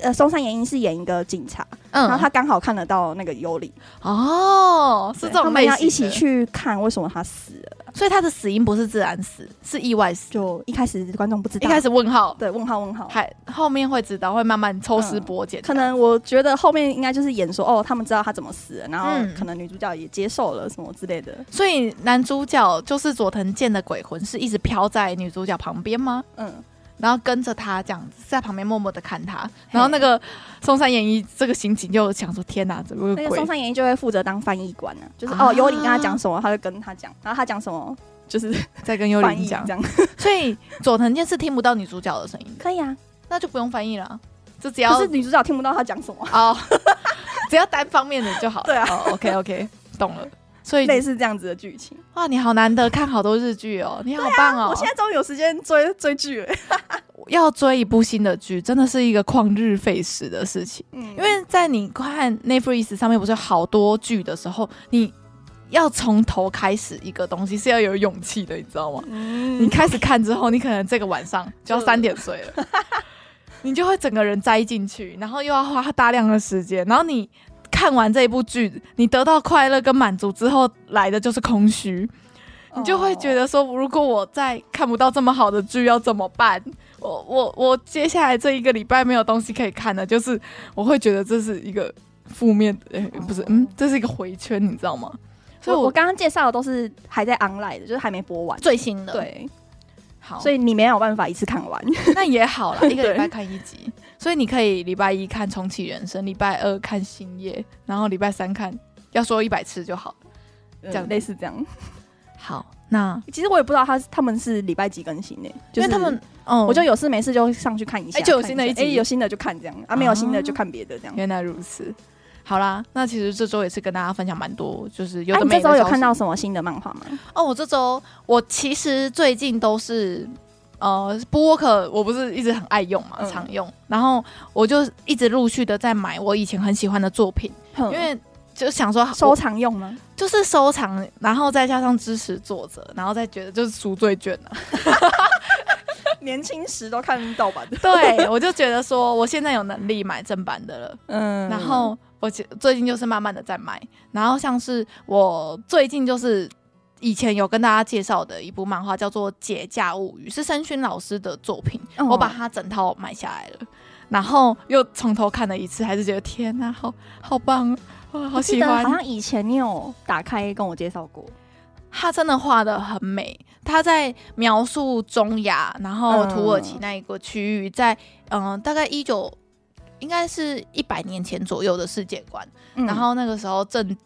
Speaker 3: 呃，松山研一是演一个警察，
Speaker 1: 嗯
Speaker 3: 然后她刚好看得到那个幽灵，
Speaker 1: 哦是
Speaker 3: 对
Speaker 1: 这种
Speaker 3: 他们
Speaker 1: 类
Speaker 3: 要
Speaker 1: 型，
Speaker 3: 一起，去看为什么他死了。
Speaker 1: 所以他的死因不是自然死，是意外死。
Speaker 3: 就一开始观众不知
Speaker 1: 一
Speaker 3: 道，
Speaker 1: 开始问号，
Speaker 3: 对问号问号，
Speaker 1: 还后面会知道，会慢慢抽丝剥茧。
Speaker 3: 嗯可能我觉得后面应该就是演说哦，他们知道他怎么死的，然后
Speaker 1: 嗯
Speaker 3: 可能女主角也接受了什么之类的。
Speaker 1: 所以男主角就是佐藤健的鬼魂，是一直飘在女主角旁边吗？
Speaker 3: 嗯，
Speaker 1: 然后跟着他这样子，在旁边默默的看他。然后那个松山研一这个刑警就想说：“天哪，这个
Speaker 3: 那个
Speaker 1: 鬼
Speaker 3: 松山研一就会负责当翻译官呢、啊，就是、
Speaker 1: 啊
Speaker 3: 哦幽灵跟他讲什么，他就跟他讲，然后他讲什么就是
Speaker 1: 在跟幽
Speaker 3: 翻
Speaker 1: 灵
Speaker 3: 译
Speaker 1: 讲
Speaker 3: 这。样。”
Speaker 1: 所以佐藤健是听不到女主角的声音的，
Speaker 3: 可以啊，
Speaker 1: 那就不用翻译了啊，就 只要
Speaker 3: 可是女主角听不到他讲什么，
Speaker 1: 哦， 只要单方面的就好了。
Speaker 3: 对啊
Speaker 1: 哦、，OK OK，懂了。所以
Speaker 3: 类似这样子的剧情。
Speaker 1: 哇，你好难得看好多日剧哦，你好棒哦！
Speaker 3: 啊我现在终于有时间追追剧了，
Speaker 1: 要追一部新的剧，真的是一个旷日费时的事情。
Speaker 3: 嗯，
Speaker 1: 因为在你看 Netflix 上面不是有好多剧的时候，你要从头开始一个东西是要有勇气的，你知道吗？
Speaker 3: 嗯
Speaker 1: 你开始看之后，你可能这个晚上就要
Speaker 3: 就
Speaker 1: 三点睡了， 你就会整个人栽进去，然后又要花大量的时间，然后你看完这一部剧，你得到快乐跟满足之后来的就是空虚，你就会觉
Speaker 3: 哦
Speaker 1: 得说，如果我再看不到这么好的剧要怎么办？我我我接下来这一个礼拜没有东西可以看了，就是我会觉得这是一个负面的，呃不是
Speaker 3: 哦，
Speaker 1: 嗯，这是一个回圈，你知道吗？所以
Speaker 3: 我
Speaker 1: 我
Speaker 3: 我刚刚介绍的都是还在 online 的，就是还没播完。
Speaker 1: 最新的，哦
Speaker 3: 对，
Speaker 1: 好，
Speaker 3: 所以你没有办法一次看完。
Speaker 1: 那也好 啦，一个
Speaker 3: 对
Speaker 1: 礼拜看一集，所以你可以礼拜一看《重启人生》，礼拜二看《星夜》，然后礼拜三看，要说一百次就好。
Speaker 3: 这
Speaker 1: 样
Speaker 3: 样嗯类似这样。
Speaker 1: 好，那
Speaker 3: 其实我也不知道他他们是礼拜几更新呢、就
Speaker 1: 因
Speaker 3: 是
Speaker 1: 为他
Speaker 3: 哦
Speaker 1: 们，嗯，
Speaker 3: 我就有事没事就上去看一下，
Speaker 1: 哎就有
Speaker 3: 看
Speaker 1: 新的
Speaker 3: 下
Speaker 1: 一集
Speaker 3: 哎、有新的就看这样，啊，没有新的就看别的这样。
Speaker 1: 原来如此。好啦，那其实这周也是跟大家分享蛮多，就是有
Speaker 3: 啊，
Speaker 1: 的
Speaker 3: 你
Speaker 1: 没
Speaker 3: 这
Speaker 1: 的消
Speaker 3: 周
Speaker 1: 息。
Speaker 3: 有看到什么新的漫画吗？
Speaker 1: 哦，我这周我其实最近都是。呃，播客我不是一直很爱用嘛，
Speaker 3: 嗯
Speaker 1: 常用，然后我就一直陆续的在买我以前很喜欢的作品，因
Speaker 3: 因
Speaker 1: 为就想说
Speaker 3: 收藏 用吗？
Speaker 1: 就是收藏，然后再加上支持作者，然后再觉得就是赎罪券啊。
Speaker 3: 年轻时都看盗版的，
Speaker 1: 对， 我就觉得说我现在有能力买正版的了，
Speaker 3: 嗯
Speaker 1: 然后我其最近就是慢慢的在买，然后像是我最近就是。以前有跟大家介绍的一部漫画叫做《解架物语》，是申勋老师的作品，
Speaker 3: 哦
Speaker 1: 我把它整套买下来了，然后又从头看了一次，还是觉得天呐、好好棒，哇，好
Speaker 3: 我记
Speaker 1: 喜
Speaker 3: 得好
Speaker 1: 欢。
Speaker 3: 像以前你有打开跟我介绍过，
Speaker 1: 他真的画的很美，他在描述中亚，然后
Speaker 3: 嗯
Speaker 1: 土耳其那一个区域，在嗯、呃大概一九应该是一百年前左右的世界观，
Speaker 3: 嗯
Speaker 1: 然后那个时候正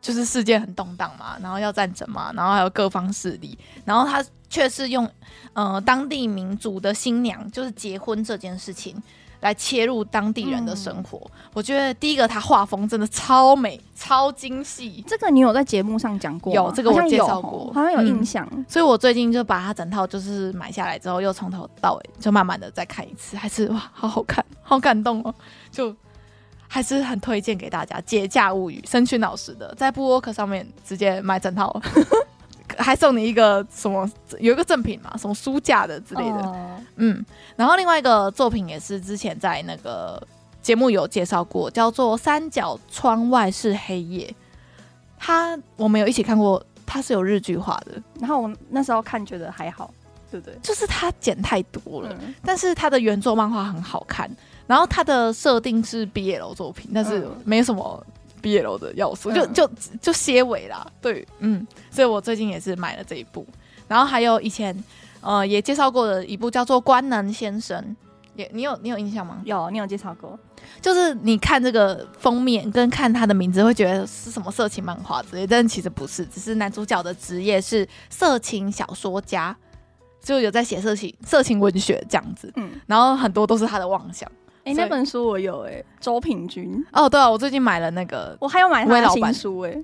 Speaker 1: 就是世界很动荡嘛，然后要战争嘛，然后还有各方势力，然后他却是用呃当地民族的新娘，就是结婚这件事情。来切入当地人的生活，我觉得第一个他画风真的超美、超精细，
Speaker 3: 这个你有在节目上讲过吗，
Speaker 1: 有这个我
Speaker 3: 好像有
Speaker 1: 介绍过
Speaker 3: 好像有印
Speaker 1: 嗯
Speaker 3: 象。
Speaker 1: 所以我最近就把它整套就是买下来之后，又从头到尾就慢慢的再看一次，还是哇，好好看，好感动哦，就还是很推荐给大家《节假物语》申勋老师的，在布沃克上面直接买整套，还送你一个什么有一个赠品嘛，什么书架的之类的，
Speaker 3: 哦
Speaker 1: 嗯。然后另外一个作品也是之前在那个节目有介绍过，叫做《三角窗外是黑夜》，它我们有一起看过，它是有日剧化的。
Speaker 3: 然后我那时候看觉得还好，对不对？
Speaker 1: 就是它剪太多了，
Speaker 3: 嗯，
Speaker 1: 但是它的原作漫画很好看，然后它的设定是 BL 作品，但是
Speaker 3: 嗯
Speaker 1: 没什么 BL 的要素，
Speaker 3: 嗯
Speaker 1: 就就就些尾啦。对，嗯，所以我最近也是买了这一部，然后还有以前呃也介绍过的一部叫做《官能先生》。也你有你有印象吗？
Speaker 3: 有你有介绍过，
Speaker 1: 就是你看这个封面跟看他的名字，会觉得是什么色情漫画之类，但其实不是，只是男主角的职业是色情小说家，就有在写色情色情文学这样子，
Speaker 3: 嗯，
Speaker 1: 然后很多都是他的妄想。所
Speaker 3: 哎、
Speaker 1: 以
Speaker 3: 那本书我有哎、周品君，
Speaker 1: 哦，对啊，我最近买了那个，
Speaker 3: 我还有买
Speaker 1: 魏
Speaker 3: 他的
Speaker 1: 老
Speaker 3: 新
Speaker 1: 板
Speaker 3: 书哎、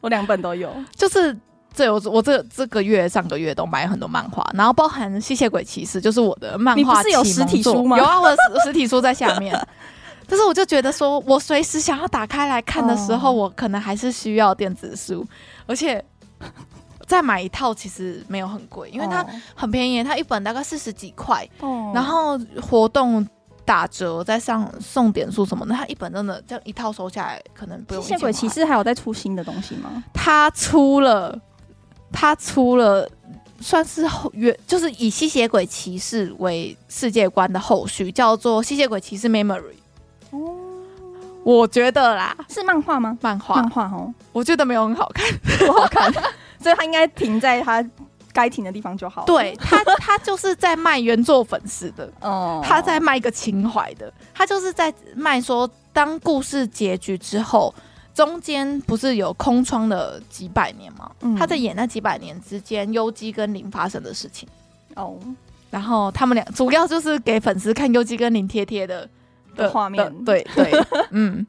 Speaker 3: 我两本都有，
Speaker 1: 就是这我我这这个月上个月都买很多漫画，然后包含《吸血鬼骑士》，就是我的漫
Speaker 3: 你不
Speaker 1: 画
Speaker 3: 是有
Speaker 1: 启
Speaker 3: 实
Speaker 1: 蒙
Speaker 3: 体
Speaker 1: 作
Speaker 3: 书吗
Speaker 1: 有啊，我的实实体书在下面。 但是我就觉得说，我随时想要打开来看的时候
Speaker 3: 哦
Speaker 1: 我可能还是需要电子书，而且再买一套其实没有很贵，因为它很便宜，它一本大概四十几块，
Speaker 3: 哦
Speaker 1: 然后活动。打折再上送点数什么的，它一本真的这样一套收下来，可能不用。
Speaker 3: 吸血鬼骑士还有在出新的东西吗？
Speaker 1: 他出了，他出了，算是后原，就是以吸血鬼骑士为世界观的后续，叫做《吸血鬼骑士 Memory》。
Speaker 3: 哦，
Speaker 1: 我觉得啦，
Speaker 3: 是漫画吗？
Speaker 1: 漫画、
Speaker 3: 漫画 哦，
Speaker 1: 我觉得没有很好看。
Speaker 3: 不好看， 所以他应该停在他该停的地方就 好。，
Speaker 1: 对他，他就是在卖原作粉丝的，
Speaker 3: 哦
Speaker 1: 他在卖一个情怀的，他就是在卖说，当故事结局之后，中间不是有空窗了几百年吗？
Speaker 3: 嗯
Speaker 1: 他在演那几百年之间，优姬跟林发生的事情。
Speaker 3: 哦
Speaker 1: 然后他们俩主要就是给粉丝看优姬跟林贴贴的
Speaker 3: 的画面
Speaker 1: 的 对对，嗯，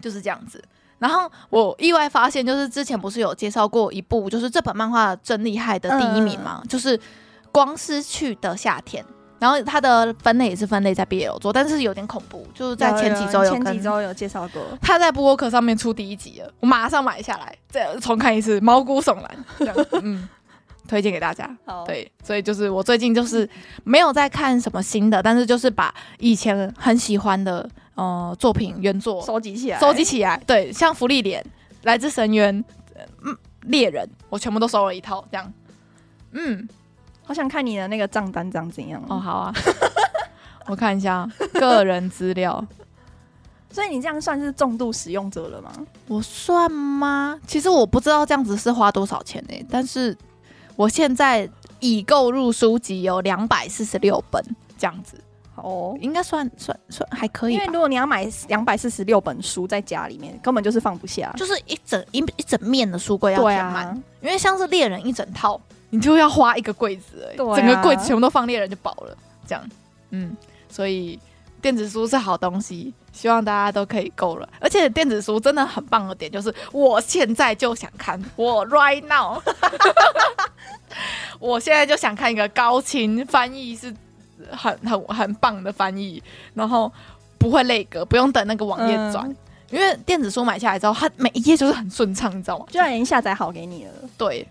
Speaker 1: 就是这样子。然后我意外发现，就是之前不是有介绍过一部，就是这本漫画真厉害的第一名嘛，
Speaker 3: 嗯
Speaker 1: 就是《光失去的夏天》。然后它的分类也是分类在 BL 做，但是有点恐怖，就是在前几周有
Speaker 3: 前几
Speaker 1: 跟
Speaker 3: 周有介绍过，
Speaker 1: 他在播客上面出第一集了，我马上买下来，再重看一次，毛骨悚然。这样， 嗯，推荐给大家。
Speaker 3: 好，
Speaker 1: 对，所以就是我最近就是没有在看什么新的，但是就是把以前很喜欢的呃作品原作
Speaker 3: 收集起来，
Speaker 1: 收集起来，对，像《福利脸》《来自深渊》呃嗯《猎人》，我全部都收了一套，这样。嗯，
Speaker 3: 好想看你的那个账单长怎样
Speaker 1: 哦，。好啊， 我看一下个人资料，
Speaker 3: 所以你这样算是重度使用者了吗？
Speaker 1: 我算吗？其实我不知道这样子是花多少钱呢、但是我现在已购入书籍有两百四十六本，这样子
Speaker 3: 好哦。
Speaker 1: 应该算算算还可以
Speaker 3: 因
Speaker 1: 吧
Speaker 3: 为。如果你要买两百四十六本书在家里面，根本就是放不下。
Speaker 1: 就是一整一一整面的书柜要
Speaker 3: 啊对
Speaker 1: 填满，
Speaker 3: 啊，
Speaker 1: 因为像是猎人一整套，你就要花一个柜子、欸，
Speaker 3: 对啊
Speaker 1: 整个柜子全部都放猎人就饱了，这样，嗯，所以电子书是好东西，希望大家都可以购了。而且电子书真的很棒的点就是，我现在就想看， 我 right now，我现在就想看一个高清翻译是
Speaker 3: 嗯
Speaker 1: 很很很棒的翻译，然后不会累格，不用等那个网页转。因为电子书买下来之后，它每一页就是很顺畅，你知道吗？
Speaker 3: 居然已经下载好给你了。
Speaker 1: 对，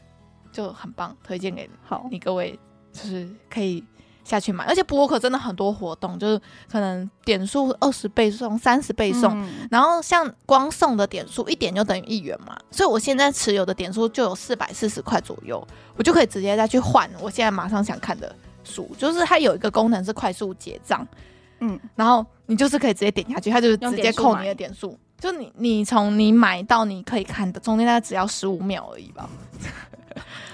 Speaker 1: 就很棒，推荐给
Speaker 3: 好，
Speaker 1: 你各位，就是可以下去买。而且播客真的很多活动，就是可能点数二十倍送、三十倍送，
Speaker 3: 嗯
Speaker 1: 然后像光送的点数一点就等于一元嘛，所以我现在持有的点数就有四百四十块左右，我就可以直接再去换我现在马上想看的书，就是它有一个功能是快速结账，
Speaker 3: 嗯，
Speaker 1: 然后你就是可以直接点下去，它就是直
Speaker 2: 用
Speaker 1: 接
Speaker 2: 点数
Speaker 1: 扣
Speaker 2: 买
Speaker 1: 你的点数，就你你从你买到你可以看的中间大概只要十五秒而已吧，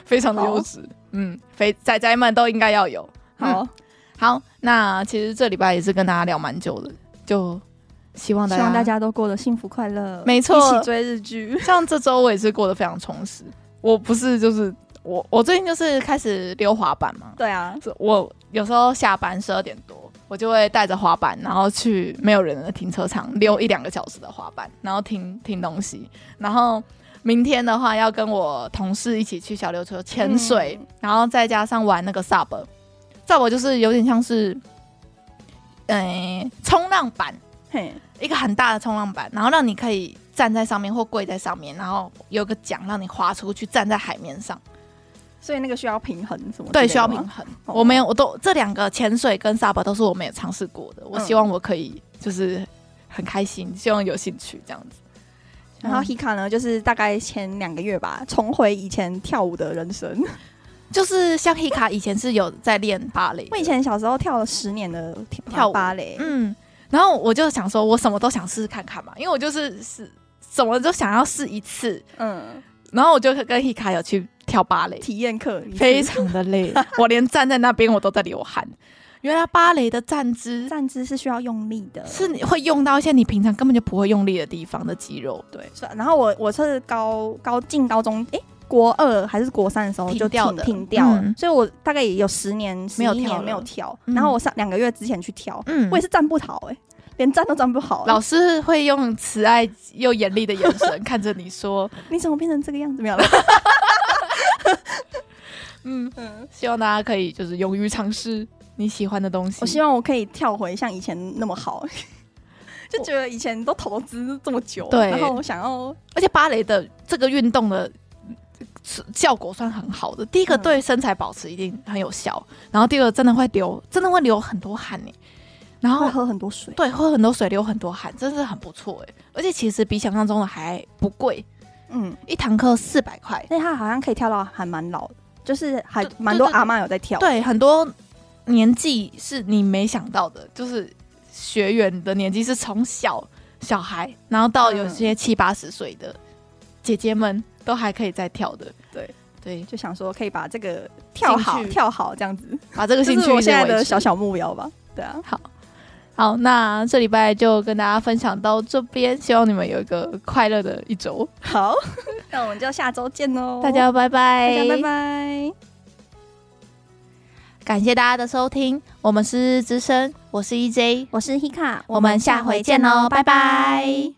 Speaker 1: 非常的优质，嗯，肥仔仔们都应该要有。
Speaker 3: 好，
Speaker 1: 好，那其实这礼拜也是跟大家聊蛮久的，就希望大
Speaker 3: 希
Speaker 1: 家
Speaker 3: 望大家都过得幸福快乐，
Speaker 1: 没错
Speaker 3: 一起追日剧。
Speaker 1: 像这周我也是过得非常充实。我不是就是我，我最近就是开始溜滑板嘛。
Speaker 3: 对啊，
Speaker 1: 是我有时候下班十二点多，我就会带着滑板，然后去没有人的停车场溜一两个小时的滑板，然后听听东西。然后明天的话，要跟我同事一起去小琉球潜水，
Speaker 3: 嗯
Speaker 1: 然后再加上玩那个 sub。sub 就是有点像是，诶、冲浪板，
Speaker 3: 嘿，
Speaker 1: 一个很大的冲浪板，然后让你可以站在上面或跪在上面，然后有个桨让你滑出去，站在海面上。
Speaker 3: 所以那个需要平衡什么之类的吗？
Speaker 1: 对，需要平衡。
Speaker 3: 哦
Speaker 1: 我没有，我都这两个潜水跟沙巴都是我没有尝试过的。我
Speaker 3: 嗯
Speaker 1: 希望我可以就是很开心，希望有兴趣这样子。嗯
Speaker 3: 然后 Hika 呢，就是大概前两个月吧，重回以前跳舞的人生。
Speaker 1: 就是像 Hika 以前是有在练芭蕾的，
Speaker 3: 我以前小时候跳了十年的跳
Speaker 1: 跳舞
Speaker 3: 芭蕾，
Speaker 1: 嗯，然后我就想说，我什么都想试试看看嘛，因为我就是是什么都想要试一次。
Speaker 3: 嗯，
Speaker 1: 然后我就跟 Hika 有去跳芭 蕾，
Speaker 3: 体验课一次
Speaker 1: 非常的 累，我连站在那边我都在流汗。原来芭蕾的站姿
Speaker 3: 站姿是需要用力的，
Speaker 1: 是你会用到一些你平常根本就不会用力的地方的肌肉，对，
Speaker 3: 是然后我我是高高进高中，诶，国二还是国三的时候
Speaker 1: 停
Speaker 3: 就
Speaker 1: 掉
Speaker 3: 停
Speaker 1: 的
Speaker 3: 停掉了，
Speaker 1: 嗯
Speaker 3: 所以我大概也有十年、十
Speaker 1: 没有
Speaker 3: 一
Speaker 1: 跳
Speaker 3: 年
Speaker 1: 了
Speaker 3: 没有跳。
Speaker 1: 嗯
Speaker 3: 然后我上两个月之前去跳，
Speaker 1: 嗯
Speaker 3: 我也是站不好、诶，连站都站不好、
Speaker 1: 老师会用慈爱又严厉的眼 神看着你说，
Speaker 3: 你怎么变成这个样子？没 有了，
Speaker 1: 嗯，
Speaker 3: 嗯，
Speaker 1: 希望大家可以就是勇于尝试你喜欢的东西。
Speaker 3: 我希
Speaker 1: 望
Speaker 3: 望我可以跳回像以前那么好。 就觉得以前都投资这么久，
Speaker 1: 对
Speaker 3: 然后我想要
Speaker 1: 而且芭蕾的这个运动的呃效果算很好的，第一个
Speaker 3: 嗯
Speaker 1: 对身材保持一定很有效，然后第二个真的会流，真的会流很多汗呢、然后
Speaker 3: 会喝很多水，
Speaker 1: 对，会有很多水，流很多汗，真是很不错哎、而且其实比想象中的还不贵，
Speaker 3: 嗯，
Speaker 1: 一堂课四百块。
Speaker 3: 所以他好像可以跳到还蛮老的，就是还
Speaker 1: 对对
Speaker 3: 蛮多
Speaker 1: 对
Speaker 3: 阿嬷有在跳，
Speaker 1: 对，很多年纪是你没想到的，就是学员的年纪是从小小孩，然后到有
Speaker 3: 嗯
Speaker 1: 些七八十岁的姐姐们都还可以再跳的。
Speaker 3: 对
Speaker 1: 对，
Speaker 3: 就想说可以把这个跳
Speaker 1: 兴
Speaker 3: 好
Speaker 1: 趣
Speaker 3: 跳好这样子，
Speaker 1: 把这个
Speaker 3: 这
Speaker 1: 兴趣
Speaker 3: 是我
Speaker 1: 一直
Speaker 3: 现在
Speaker 1: 维
Speaker 3: 的
Speaker 1: 持
Speaker 3: 小小目标吧。对 啊，
Speaker 1: 好。好，那这礼拜就跟大家分享到这边，希望你们有一个快乐的一周，
Speaker 3: 好， 那我们就下周见喽，
Speaker 1: 大家拜
Speaker 3: 哦大
Speaker 1: 拜，
Speaker 3: 家拜拜。
Speaker 1: 感谢大家的收听，我们是日之声，我是 EJ，
Speaker 2: 我是 Hika，
Speaker 1: 哦我们下回见喽，拜拜